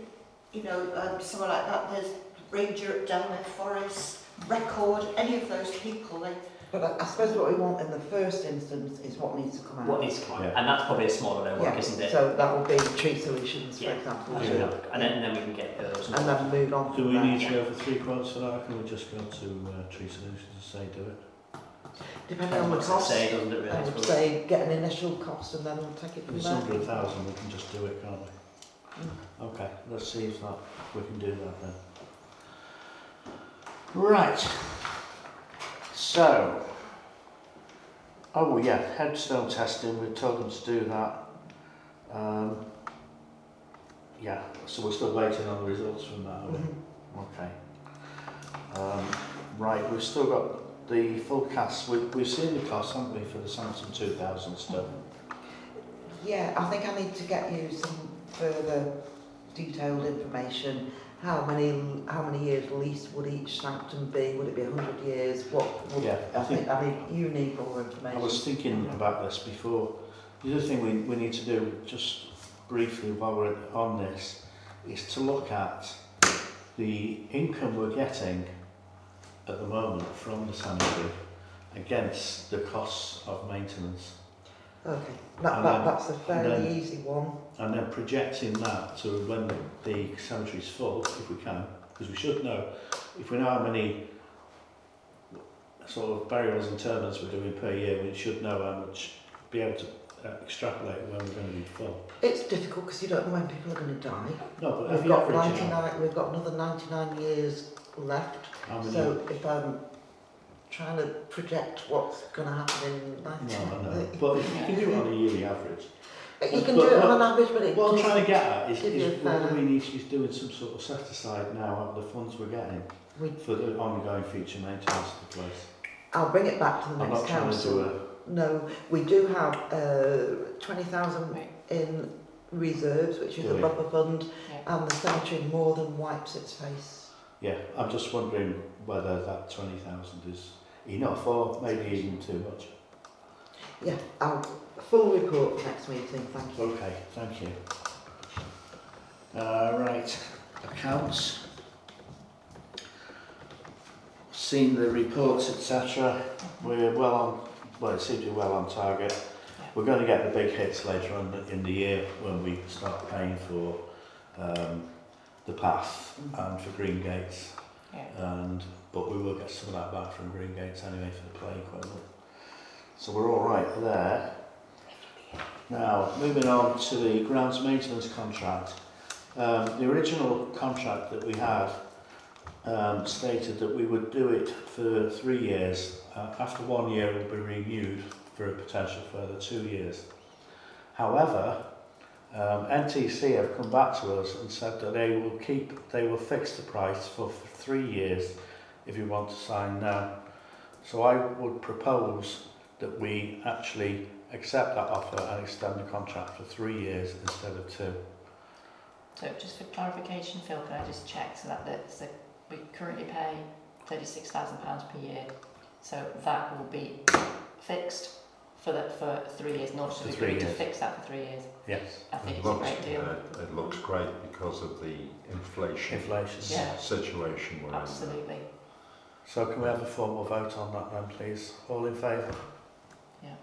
B: you know um, somewhere like that. There's Ranger at Delmere Forest, Record, any of those people. They... But I, I suppose what we want in the first instance is what needs to come out.
G: what needs to come out,
I: Yeah.
G: and that's probably a smaller bit of work,
B: yeah.
G: isn't it?
B: So that will be tree solutions,
G: Yeah.
B: for example.
G: That's
I: Yeah.
G: enough. And then, and then we can get those.
B: And then move on.
I: Do
B: from
I: we
B: there.
I: need to go for three quotes for that, or can we just go to uh, Tree Solutions and say do it?
B: Depending on the
G: What's it
B: cost.
G: say, doesn't it, really?
B: I would say get an initial cost and then we'll take it
I: If
B: from
I: it's
B: there.
I: under a thousand, we can just do it, can't we? Okay, let's see if that, we can do that then. Right. So. Oh yeah, headstone testing, we're told them to do that. Um, yeah, so we're still waiting on the results from that, are we?
B: Mhm.
I: Okay. Um, right, we've still got the full cast, we, we've seen the cost, haven't we, for the Samson two thousand stuff?
B: Yeah, I think I need to get you some further detailed information. How many how many years lease would each sanctum be? Would it be hundred years? What would
I: Yeah, I
B: I think I need you need more information.
I: I was thinking about this before. The other thing we, we need to do, just briefly while we're on this, is to look at the income we're getting at the moment from the cemetery against the costs of maintenance
B: Okay. That,
I: And
B: that,
I: then-
B: that's a fairly
I: then-
B: easy one.
I: and then projecting that to when the cemetery's full, if we can, because we should know, if we know how many sort of burials and interments we're doing per year, we should know how much, be able to uh, extrapolate when we're going to be full.
B: It's difficult because you don't know when people are going to die.
I: No, but if
B: We've
I: you
B: got
I: average it out,
B: 99, we've got another 99 years left.
I: how many?
B: So if I'm trying to project what's going to happen in
I: no,
B: 19...
I: I know. But if you can do it on a yearly average.
B: you can
I: But-
B: do it on an
I: but-
B: average, but it
I: What I'm
B: just-
I: trying to get at is,
B: Give you
I: is
B: a fair-
I: what we need is doing some sort of set aside now of the funds we're getting
B: We-
I: for the ongoing future maintenance of the place.
B: I'll bring it back to the
I: I'm
B: next
I: not trying to
B: council.
I: do a
B: No, we do have uh, 20,000 in reserves, which is
I: Yeah.
B: a buffer fund,
C: Yeah.
B: and the cemetery more than wipes its face.
I: Yeah, I'm just wondering whether that 20,000 is enough or maybe even too much.
B: Yeah, I'll full report for next meeting, thank you.
I: Okay, thank you. Uh, right, accounts. Seen the reports, etc. We're well on, well, it seems to be well on target. We're going to get the big hits later on in the year when we start paying for um, the path and um, for green gates.
C: Yeah.
I: And but we will get some of that back from green gates anyway for the play equipment. So we're all right there. Now, moving on to the grounds maintenance contract. Um, the original contract that we had um, stated that we would do it for three years. Uh, after one year, it will be renewed for a potential further two years. However, um, NTC have come back to us and said that they will keep, they will fix the price for f- three years if you want to sign now. So I would propose that we actually accept that offer and extend the contract for three years instead of two.
C: So just for clarification, Phil, can I just check so that that's the, we currently pay thirty-six thousand pounds per year. So that will be fixed for that for three years, not
I: For
C: to
I: three
C: agree to
I: years.
C: fix that for three years.
I: Yes.
C: I think
H: It
C: it's a
H: looks,
C: great deal.
H: uh, it looks great because of the inflation
I: Inflation.
C: Yeah.
H: situation we're
C: Absolutely.
I: So can we have a formal vote on that then, please? All in favour?
C: Yeah.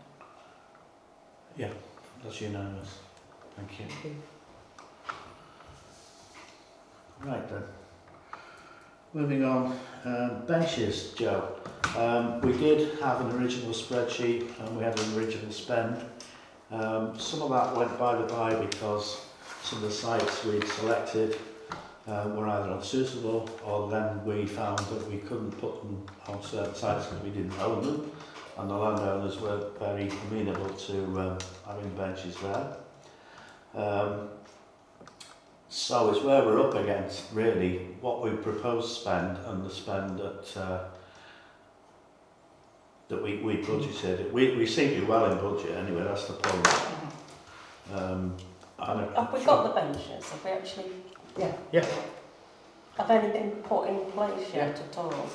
I: Yeah, that's unanimous. Thank you.
B: Thank you.
I: Right then. Moving on, um, benches, Joe. Um, we did have an original spreadsheet and we had an original spend. Um, some of that went by the by because some of the sites we'd selected uh, were either unsuitable or then we found that we couldn't put them on certain sites because we didn't own them and the landowners were very amenable to um, having benches there. Um, so it's where we're up against really what we propose spend and the spend that uh, that we, we budgeted. We, we seem to be well in budget anyway, that's the point. Um, and a-
A: Have we got the benches? Have we actually?
B: Yeah.
I: Yeah.
A: Have any been put in place yet at all?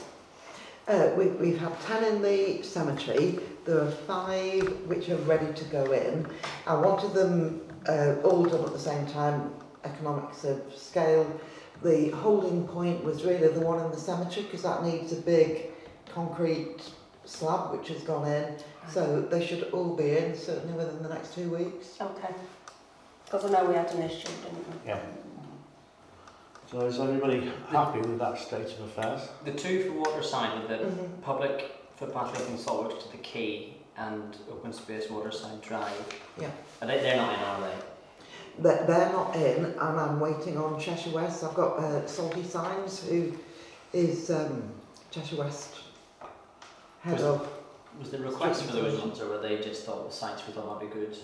B: Uh, we, we've had 10 in the cemetery, there are five which are ready to go in. I wanted them uh, all done at the same time, economics of scale. The holding point was really the one in the cemetery because that needs a big concrete slab which has gone in. So they should all be in certainly within the next two weeks.
A: Okay. Because I know we had an issue, didn't we?
I: Yeah. So is everybody happy with that state of affairs?
G: The two for water sign with the
B: Mhm.
G: public footpath linking Saltwood to the quay and open space waterside drive.
B: Yeah.
G: Are they, they're not in, are they?
B: that they're not in and I'm waiting on Cheshire West. I've got uh, Salty Signs who is um, Cheshire West head of.
G: Was the request for those ones or were they just thought the sites we thought might be good?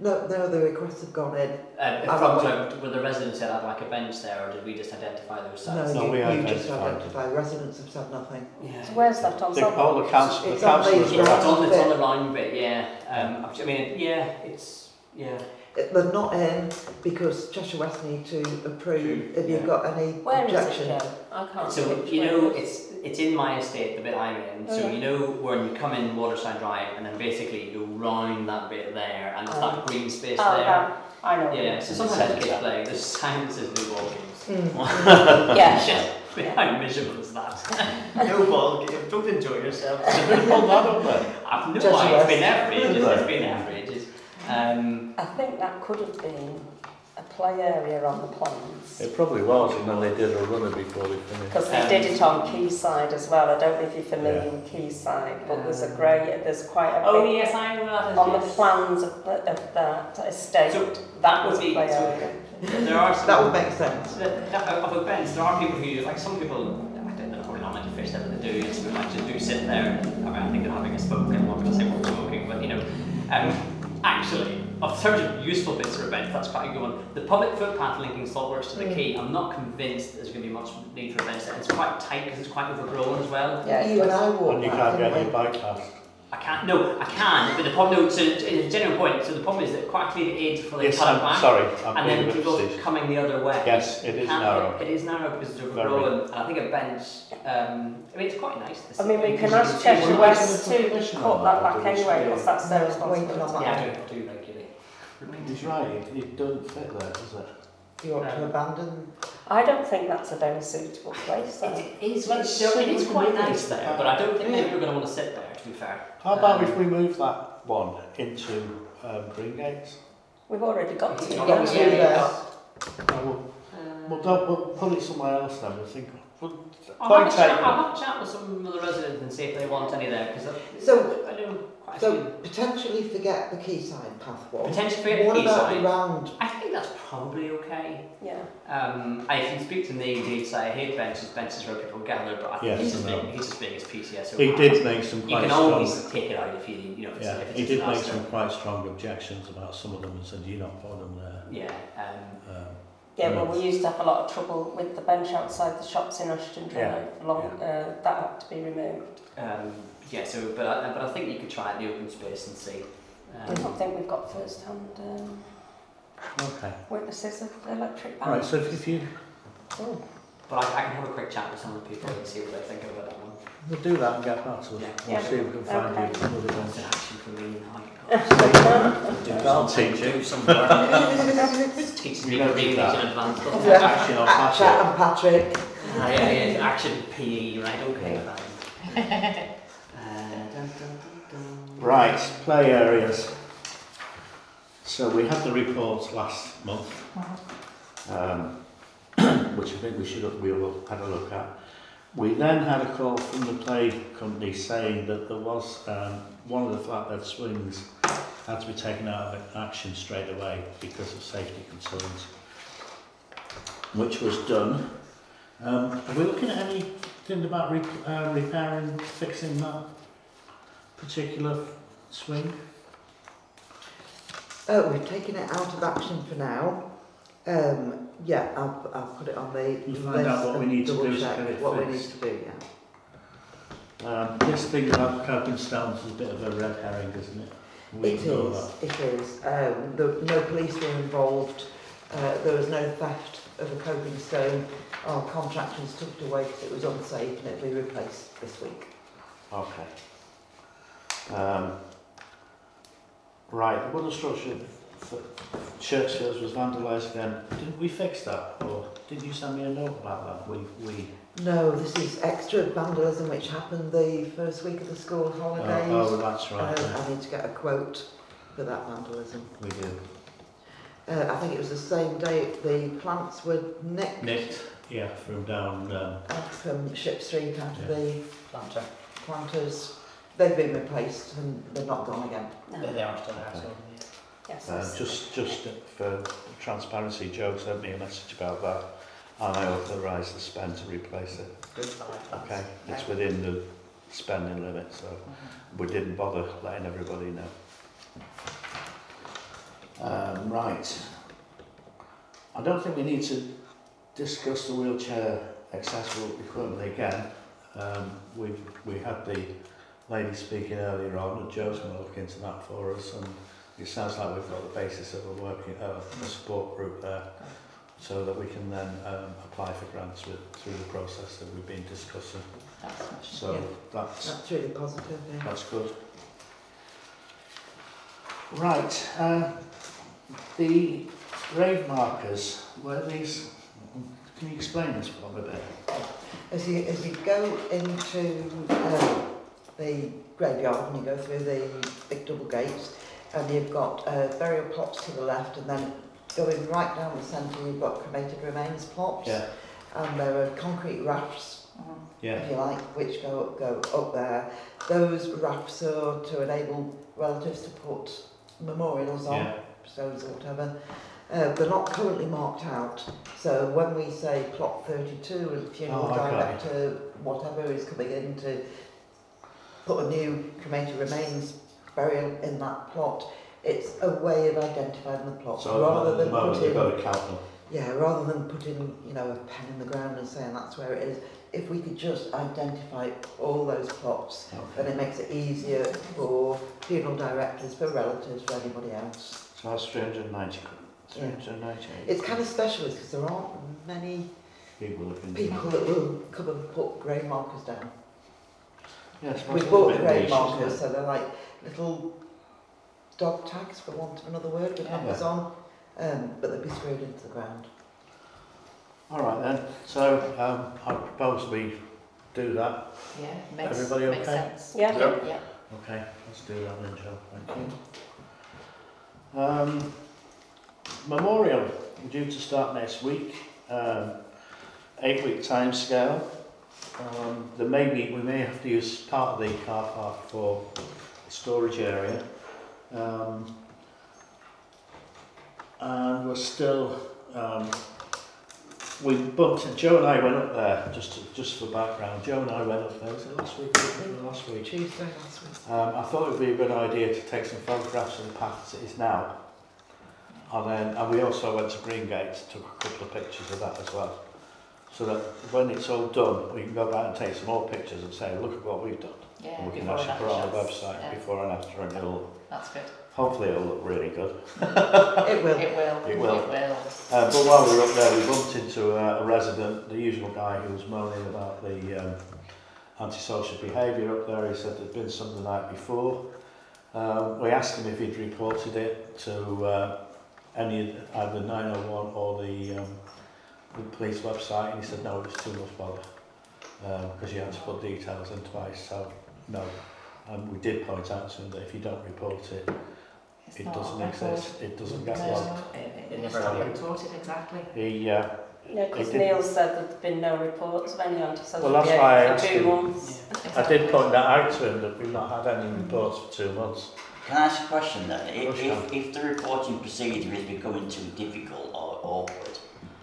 B: No, no, the requests have gone in.
G: Um, if
B: I
G: from,
B: don't
G: so, were the residents said I'd like a bench there or did we just identify those sites?
I: No,
B: no,
I: we
B: you, you just
I: identified them.
B: identify. Residents have said nothing.
G: Yeah.
A: So where's that on?
I: The
A: Some-
I: whole the council, the
B: It's on
I: council
B: these
I: as
G: It's, it's,
I: well.
G: on, it's on the line bit, yeah. Um, I mean, yeah, it's, yeah.
B: It- They're not in because Cheshire West need to approve if you've
G: Yeah.
B: got any
A: Where is it,
B: objection.
A: Joe? I can't see
G: So
A: which
G: you
A: way
G: know,
A: it is.
G: it's it's in my estate, the bit I'm in. So
A: Mm.
G: you know when you come in Waterside Drive, and then basically you round that bit there, and it's that green space
A: Oh,
G: there.
A: yeah. I know.
G: Yeah, so sometimes kids play. There's signs of no ball games.
A: Hmm. Yeah.
G: How miserable is that? no ball game. Don't enjoy yourself.
I: Hold that up there.
G: I've
B: Just
G: no idea. It's been
B: rest.
G: there for ages. It's been there for ages. Um,
A: I think that could have been a
K: play area on the plains?
L: It probably was, and then they did a runner before they finished.
K: Because
G: Um,
K: they did it on Quayside as well. I don't know if you're familiar with Quayside, but there's a
G: Um,
K: great, there's quite a
C: Oh,
K: big
C: yes, I remember that.
K: on the
C: yes.
K: plans of, the, of that estate.
G: So,
K: that
G: would
K: was
G: be-
K: play
G: so-
K: area.
G: There are some.
B: That would make sense.
G: That- that- Of events, there are people who, like some people, I don't know, probably not like to face that, but they do, and some people actually do sit there. I mean, I think they're having a smoke, and one will say we're smoking, but you know, um, actually, in terms of useful bits of events, that's quite a good one. The public footpath linking Saltworks to the
B: Mm.
G: quay, I'm not convinced there's going to be much need for events there. It's quite tight because it's quite overgrown as well.
K: Yeah, it
B: You and
K: does.
B: I walked
I: And you
B: that,
I: can't
B: didn't
I: get
B: we?
I: your bike past.
G: I can't, no, I can, but the problem, no, so in a general point, so the problem is that quite clearly aids for the
I: Yes,
G: cut
I: I'm
G: back,
I: sorry, I'm being
G: and
I: a
G: then
I: bit
G: people
I: facetious.
G: coming the other way.
I: Yes, it is
G: Can't-
I: narrow.
G: It is narrow because it's
I: Very.
G: overgrown, and I think a bench. Um, I mean, it's quite nice. This
K: I mean, we can
G: because
K: ask
G: you
K: Cheshire
G: see-
K: West to cut that back anyway, because that's their
B: No, waiting on
K: responsibility.
B: that.
G: Yeah, I do, I do regularly.
I: He's right, it, it doesn't fit there, does it?
B: You ought to abandon.
K: I don't think that's a very suitable place, though.
G: It is.
I: Let's
G: it's-
I: see
G: it is
I: what
G: quite
I: we can
G: nice
I: do.
G: there, but I don't think people are going to want to sit there. To be fair.
I: How about
G: Um,
I: if we move that one into um, Green Gates?
K: We've already got
G: It's
K: two.
G: not
B: Got
G: Yeah,
B: to
G: yeah,
B: do
G: yeah.
B: this.
I: Oh, we'll, we'll, don't, we'll put it somewhere else then, we'll think. We'll,
G: I'll have,
I: point
G: a chat,
I: taken.
G: I'll have a chat with some of the residents and see if they want any there because
B: So-
G: I know quite a
B: So
G: few.
B: potentially forget the Quayside path walk.
G: Potentially forget
B: What
G: the
B: about the
G: quayside?
B: round?
G: I think that's probably okay.
K: Yeah.
G: Um, I can speak to me, he'd say, hey, benches, benches where people gather, but I think
I: Yes,
G: he's, just
I: I know.
G: being, he's just being his PCS.
I: He did make some
G: You
I: quite
G: can
I: strong,
G: always take it out if you, you know, if it's,
I: yeah,
G: if it's
I: he
G: a
I: did make
G: disaster.
I: some quite strong objections about some of them and said, you're not putting them there.
G: Yeah, um,
I: Um,
K: Yeah, well, we used to have a lot of trouble with the bench outside the shops in Ashton Drive.
I: Yeah,
K: Long, Uh, that had to be removed.
G: um, yeah, so, but I, but I think you could try it in the open space and see.
K: I
G: Um,
K: don't think we've got first-hand um,
I: Okay.
K: witnesses of electric
I: All right,
K: bands.
I: so if if you,
G: but I, I can have a quick chat with some of the people and see what they think about that one.
I: we'll do that and get back to us.
K: Yeah.
I: We'll see if we can find
K: Okay.
I: you another one.
G: That's an action for me and
I: I'll teach you.
G: Do some work. Teach me
I: You know,
G: reading
I: do
G: in
I: that.
G: advance. doesn't it?
I: Action or
B: Chat
I: passion.
B: and Patrick.
G: Ah, yeah, yeah, action PE, right? Okay. fine. Uh, dun, dun, dun, dun.
I: Right, play areas. So we had the report last month, um, which I think we should have, we all had a look at. We then had a call from the play company saying that there was um, one of the flatbed swings had to be taken out of action straight away because of safety concerns, which was done. Um, are we looking at anything about re- uh, repairing, fixing that particular swing?
B: Oh, we've taken it out of action for now. Um, yeah, I'll, I'll put it on the
I: We'll
B: list
I: find out what we
B: and
I: need to
B: double
I: do to
B: check
I: get it
B: what we need
I: fixed.
B: to do. Yeah.
I: Um, this thing about coping stones is a bit of a red herring, isn't it? We
B: It
I: ignore
B: is, it is. Um, the, no police were involved. Uh, there was no theft of a coping stone. Our contractor was tucked away because it was unsafe and it'll be replaced this week.
I: that. Okay. Um, right, the wooden structure for Churchill's was vandalised again. Did we fix that, or did you send me a note about that? We, we.
B: No, this is extra vandalism which happened the first week of the school
I: Oh,
B: holidays.
I: oh, that's right.
B: Um,
I: yeah,
B: I need to get a quote for that vandalism.
I: we did.
B: Uh, I think it was the same day the plants were nicked,
I: Nicked, yeah, from down. Um,
B: out from Ship Street out of
I: Yeah.
B: the
G: Planter.
B: planters. They've been replaced and they're not gone again.
G: They, they are still there, so. yeah.
K: Yes.
I: Uh, just, just for transparency, Joe sent me a message about that, and I authorised the spend to replace it.
G: Good side.
I: Okay, it's within the spending limit, so we didn't bother letting everybody know. Um, right. I don't think we need to discuss the wheelchair accessible equipment again. Um, we we had the lady speaking earlier on, and Joe's going to look into that for us. And it sounds like we've got the basis of a working uh, a support group there, so that we can then um, apply for grants with, through the process that we've been discussing.
C: That's much.
I: So
B: Yeah.
I: that's
B: That's really positive. Yeah.
I: that's good. Right, uh, the grave markers, were these, can you explain this one a bit?
B: As you as you go into um, the graveyard and you go through the big double gates, and you've got uh, burial plots to the left, and then going right down the centre, you've got cremated remains plots.
I: Yeah.
B: And there are concrete rafts,
I: Yeah.
B: if you like, which go go up there. Those rafts are to enable relatives to put memorials on,
I: Yeah.
B: stones or whatever. Uh, they're not currently marked out, so when we say plot 32 and funeral
I: Oh, okay.
B: director, whatever is coming in to put a new cremated remains burial in that plot, it's a way of identifying the plot
I: So
B: rather
I: at the
B: than
I: moment you've
B: putting
I: got to count them.
B: yeah, rather than putting, you know, a pen in the ground and saying that's where it is, if we could just identify all those plots, then it makes it easier for funeral directors, for relatives, for anybody else.
I: So that's 390.
B: Yeah.
I: 398
B: It's kind of specialist because there aren't many
I: people looking
B: people that will come and put grey markers down.
I: Yes,
B: we
I: that's a
B: bought
I: bit
B: grey
I: niche,
B: markers,
I: isn't
B: so they're like little dog tags, for want of another word, with
I: Yeah.
B: numbers on, um, but they'll be screwed into the ground.
I: All right then. So um, I propose we do that.
C: Yeah, makes-
I: Everybody okay?
C: makes sense.
K: Yeah.
C: Yep. Yeah.
I: Okay, let's do that then, Joe. Thank you. Um, Memorial due to start next week. Um, eight week time scale. Um, there may be, we may have to use part of the car park for storage area. Um, and we're still, um, we booked, Joe and I went up there, just to, just for background, Joe and I went up there, was it last week? or Last week.
B: Tuesday last week.
I: Um, I thought it would be a good idea to take some photographs of the path as it is now. And then, and we also went to Green Gates, took a couple of pictures of that as well. So that when it's all done, we can go back and take some more pictures and say, look at what we've done.
C: Yeah,
I: and we can
C: before and
I: actually put it on the
C: after shots,
I: website
C: yeah.
I: before and after and it'll,
C: That's good.
I: hopefully it'll look really good.
B: It will.
C: It will.
I: It will.
C: It will.
I: Uh, but while we were up there, we bumped into a, a resident, the usual guy who was moaning about the um, antisocial behaviour up there. He said there'd been some the night before. Um, we asked him if he'd reported it to uh, any either 901 or the, um, the police website, and he said no, it was too much bother um, because you had to put details in twice. So no, and we did point out to him that if you don't report it,
C: It's
K: Oh,
I: it
C: not
I: doesn't
C: on record.
I: exist. It doesn't get
C: No,
I: logged.
C: it- it-
I: in the
C: It's not
I: file.
C: reported exactly.
I: He, uh,
K: Yeah,
I: he
K: because
I: did-
K: Neil said there'd been no reports of any antisocial
I: Well, that's why
K: behaviour
I: I asked
K: for two
I: him.
K: months.
I: I did point that out to him that we've not had any reports for two months.
F: Can I ask a question then? If,
I: course you
F: if, if the reporting procedure is becoming too difficult or awkward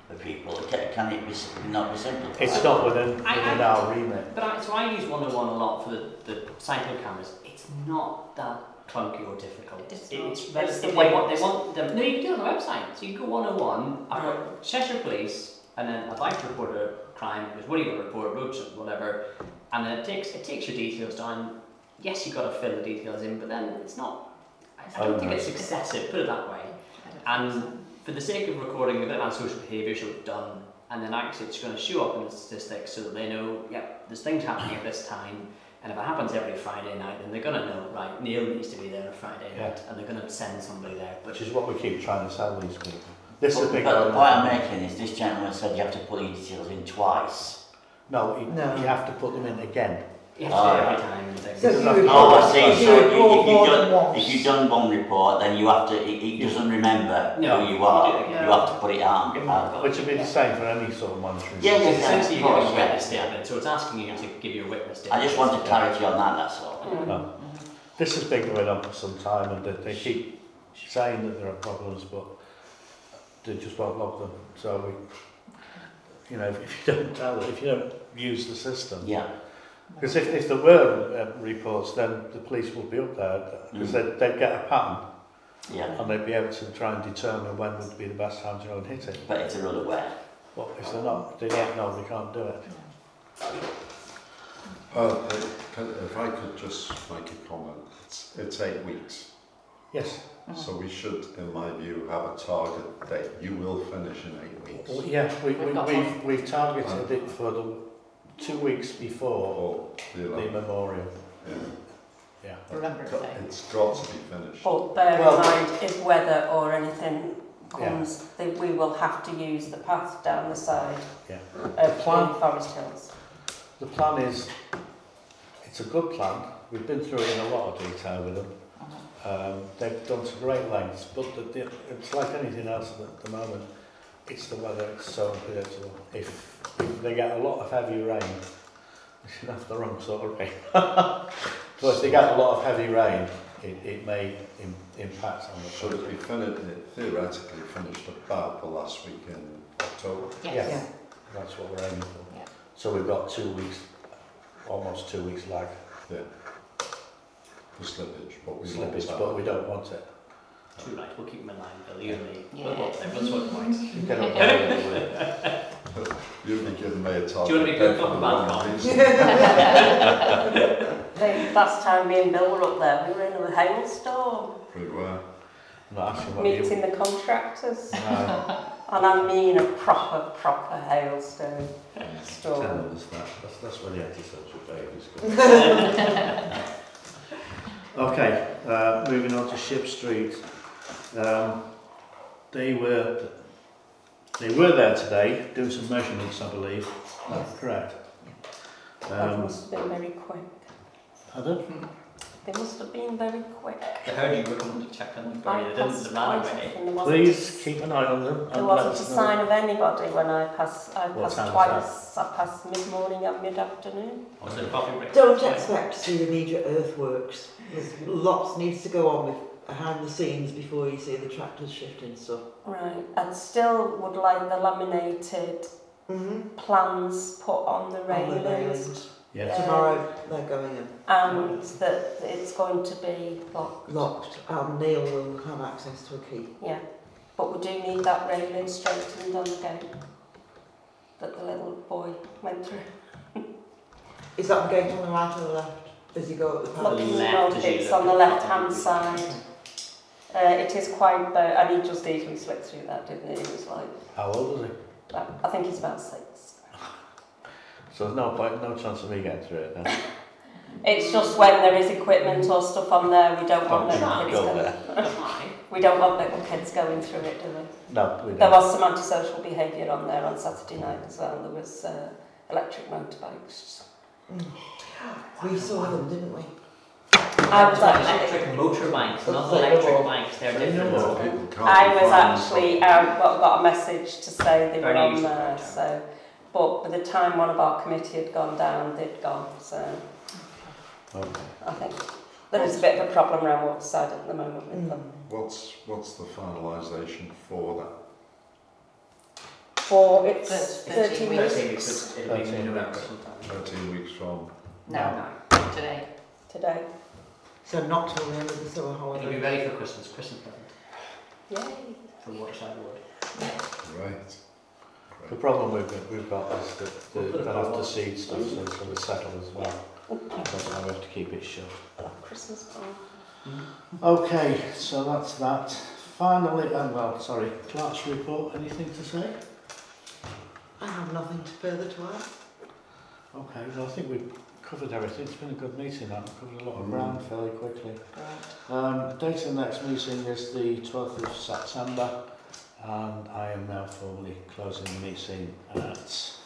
F: for people, can, can it be, s- not be simplified?
I: It's not within, within our remit.
G: But I, so I use 101 a lot for the, the cycling cameras. It's not that clunky or difficult.
C: It's not.
G: it's
K: It's the
G: relative. They
K: way
G: want, they
K: it's-
G: want them. No, you can do it on the website. So you can go 101. I've got Cheshire Police, and then I'd like to report a crime. Because what do you want to report? Roads or whatever. And then it takes it takes your details down. Yes, you've got to fill the details in, but then it's not. I, I don't
I: Oh,
G: think
I: no.
G: it's excessive. Put it that way. And for the sake of recording a bit of antisocial behaviour, so it's done, and then actually it's going to show up in the statistics so that they know, yep, there's things happening at this time, and if it happens every Friday night, then they're going to know, right, Neil needs to be there on Friday night, and they're going to send somebody there. But
I: Which is what we keep trying to sell these people. This is a big
F: But the point I'm
I: one.
F: making is this gentleman said you have to put your details in twice.
I: No, you,
B: No.
I: you have to put them in again.
G: you have to do it every time. and things.
B: So
I: Because
B: you
I: I've-
B: report,
F: Ah. Oh, I see.
B: you
F: So if, you,
B: report
F: if,
B: more
F: you've
B: than
F: done,
B: once.
F: if you've done one report, then you have to, it, it doesn't remember
G: No,
F: who you are.
G: you do, yeah.
F: You have to put it out. out.
I: Which would be the same for any sort of monitoring.
F: Oh, Yeah,
G: It's
F: yeah.
G: essentially
F: of
G: giving
F: course,
G: a
F: yeah.
G: witness statement, so it's asking you to give your witness statement.
F: I just wanted clarity on that, that's all.
I: No. Oh. This has been going on for some time and they, they keep saying that there are problems, but they just won't log them. So we, you know, if, if you don't tell, if you don't use the system,
F: Yeah.
I: Because if, if there were uh, reports, then the police would be up there because
F: Mm.
I: they'd, they'd get a pattern
F: Yeah,
I: and they'd be able to try and determine when would be the best time to go and hit it.
F: but it's another way.
I: But if they're not, they don't know, they can't do it.
H: Uh, can, if I could just make a comment, it's, it's eight weeks,
I: Yes,
H: so we should, in my view, have a target date. You will finish in eight weeks.
I: Well, Oh, yeah, we, we,
C: We've got
I: we've, we've targeted it for the two weeks before
H: Or, you
I: the
H: know,
I: memorial.
H: yeah.
I: Yeah.
C: Remember it, though.
H: It's got to be finished.
K: But bear
I: Well-
K: in mind, if weather or anything comes, that we will have to use the path down the side
I: Yeah.
K: of the
I: plan-
K: Forest Hills.
I: The plan is, it's a good plan. We've been through it in a lot of detail with them. Um, they've gone to great lengths, but the, the, it's like anything else at the moment. It's the weather, it's so unpredictable. If, if they get a lot of heavy rain, they should have the wrong sort of rain. but if they get a lot of heavy rain, it, it may im impact on the
H: So it'd be fin- theoretically finished about the last week in October.
I: Yeah. That's what we're aiming for. So we've got two weeks, almost two weeks lag.
H: Yeah. The slippage, but we want
I: Slippage,
H: that.
I: but we don't want it.
G: Too right, we'll keep him in line, Bill, you and me.
M: Yeah.
G: Well, well, everyone's working right.
I: You get on board.
H: You'd be giving me a target.
G: Do you want to be good for the man,
A: The last time me and Bill were up there, we were in a hailstorm,
H: Pretty well.
I: I'm not asking what you...
A: meeting the contractors.
I: No.
A: And I mean a proper, proper hailstone storm.
I: Tell us that. That's, that's where the antisocial behaviour's going. Okay, uh, moving on to Ship Street. Um, they were they were there today doing some measurements, I believe. That's correct.
A: That
I: Um,
A: must have been very quick.
I: pardon?
A: They must have been very quick.
G: They heard you were going to check on the
A: I
G: ferry, they didn't
A: passed
G: deny
A: quite
G: me.
A: often. There wasn't a
I: Please keep an eye on them.
A: There
I: and
A: wasn't
I: let
A: a
I: us know.
A: sign of anybody when I passed. I
I: What
A: passed
I: time
A: twice. I passed mid morning and mid afternoon.
G: Was Oh, it a coffee break?
B: Don't expect to see immediate earthworks. There's lots needs to go on with behind the scenes before you see the tractors shifting stuff.
A: Right. And still would like the laminated
B: Mm-hmm.
A: plans put on the
B: On the
A: railings.
B: railings.
I: Yes.
A: Yeah.
B: Tomorrow they're going in.
A: and that it's going to be locked.
B: Locked. Um, Neil will have access to a key.
A: Yeah. But we do need that railing straightened on again that the little boy went through.
B: Is that going on the right or the left as you go up the path?
A: Looking
G: left
A: north,
G: as you
A: it's
G: look
A: on the
G: at
A: left
G: the
A: hand
G: top.
A: side. Uh, it is quite though, and he just easily slipped through that, didn't he? He was like,
I: How old is he?
A: I think he's about six.
I: So there's no point, no chance of me getting through it. Now.
A: It's just when there is equipment or stuff on there, we don't want little
I: Don't
A: kids
I: go
A: going. We don't want little kids going through it, do we?
I: No, we
A: There
I: don't.
A: was some antisocial behaviour on there on Saturday night as well. There was uh, electric motorbikes.
B: We saw them, didn't we?
A: I was actually,
G: Electric motorbikes, not
B: That's like
G: electric
B: a-
G: bikes, they're
H: Well,
G: different.
H: people can't
A: I was
H: find-
A: actually out, got, got a message to say they were
G: Very
A: on
G: useful
A: there.
G: contact.
A: So, but by the time one of our committee had gone down, they'd gone. So
I: Okay.
A: I think there is a bit of a problem around Waterside at the moment
H: Mm.
A: with them.
H: What's, what's the finalisation for that?
A: For it's
M: Thir- thirteen
A: 13
M: weeks.
A: weeks
G: Thirteen weeks, it'll be in November sometime.
H: 13 weeks from
M: No, today.
A: today.
B: So not till the end of the summer holiday.
G: It'll be ready for Christmas, Christmas present,
A: Yay.
G: from Waterside Ward.
H: Right.
I: The problem we've, we've got is that the, they'll have to seed stuff so it's going to settle as well. That's why we have to keep it shut.
A: Christmas party.
I: Okay, so that's that. Finally, oh well, sorry, clerk's report, anything to say?
B: I have nothing to further to add.
I: Okay, well, I think we've covered everything. It's been a good meeting, that. We've covered a lot of
B: Mm.
I: ground fairly quickly. Um, date of the next meeting is the 12th of September, and I am now formally closing the meeting at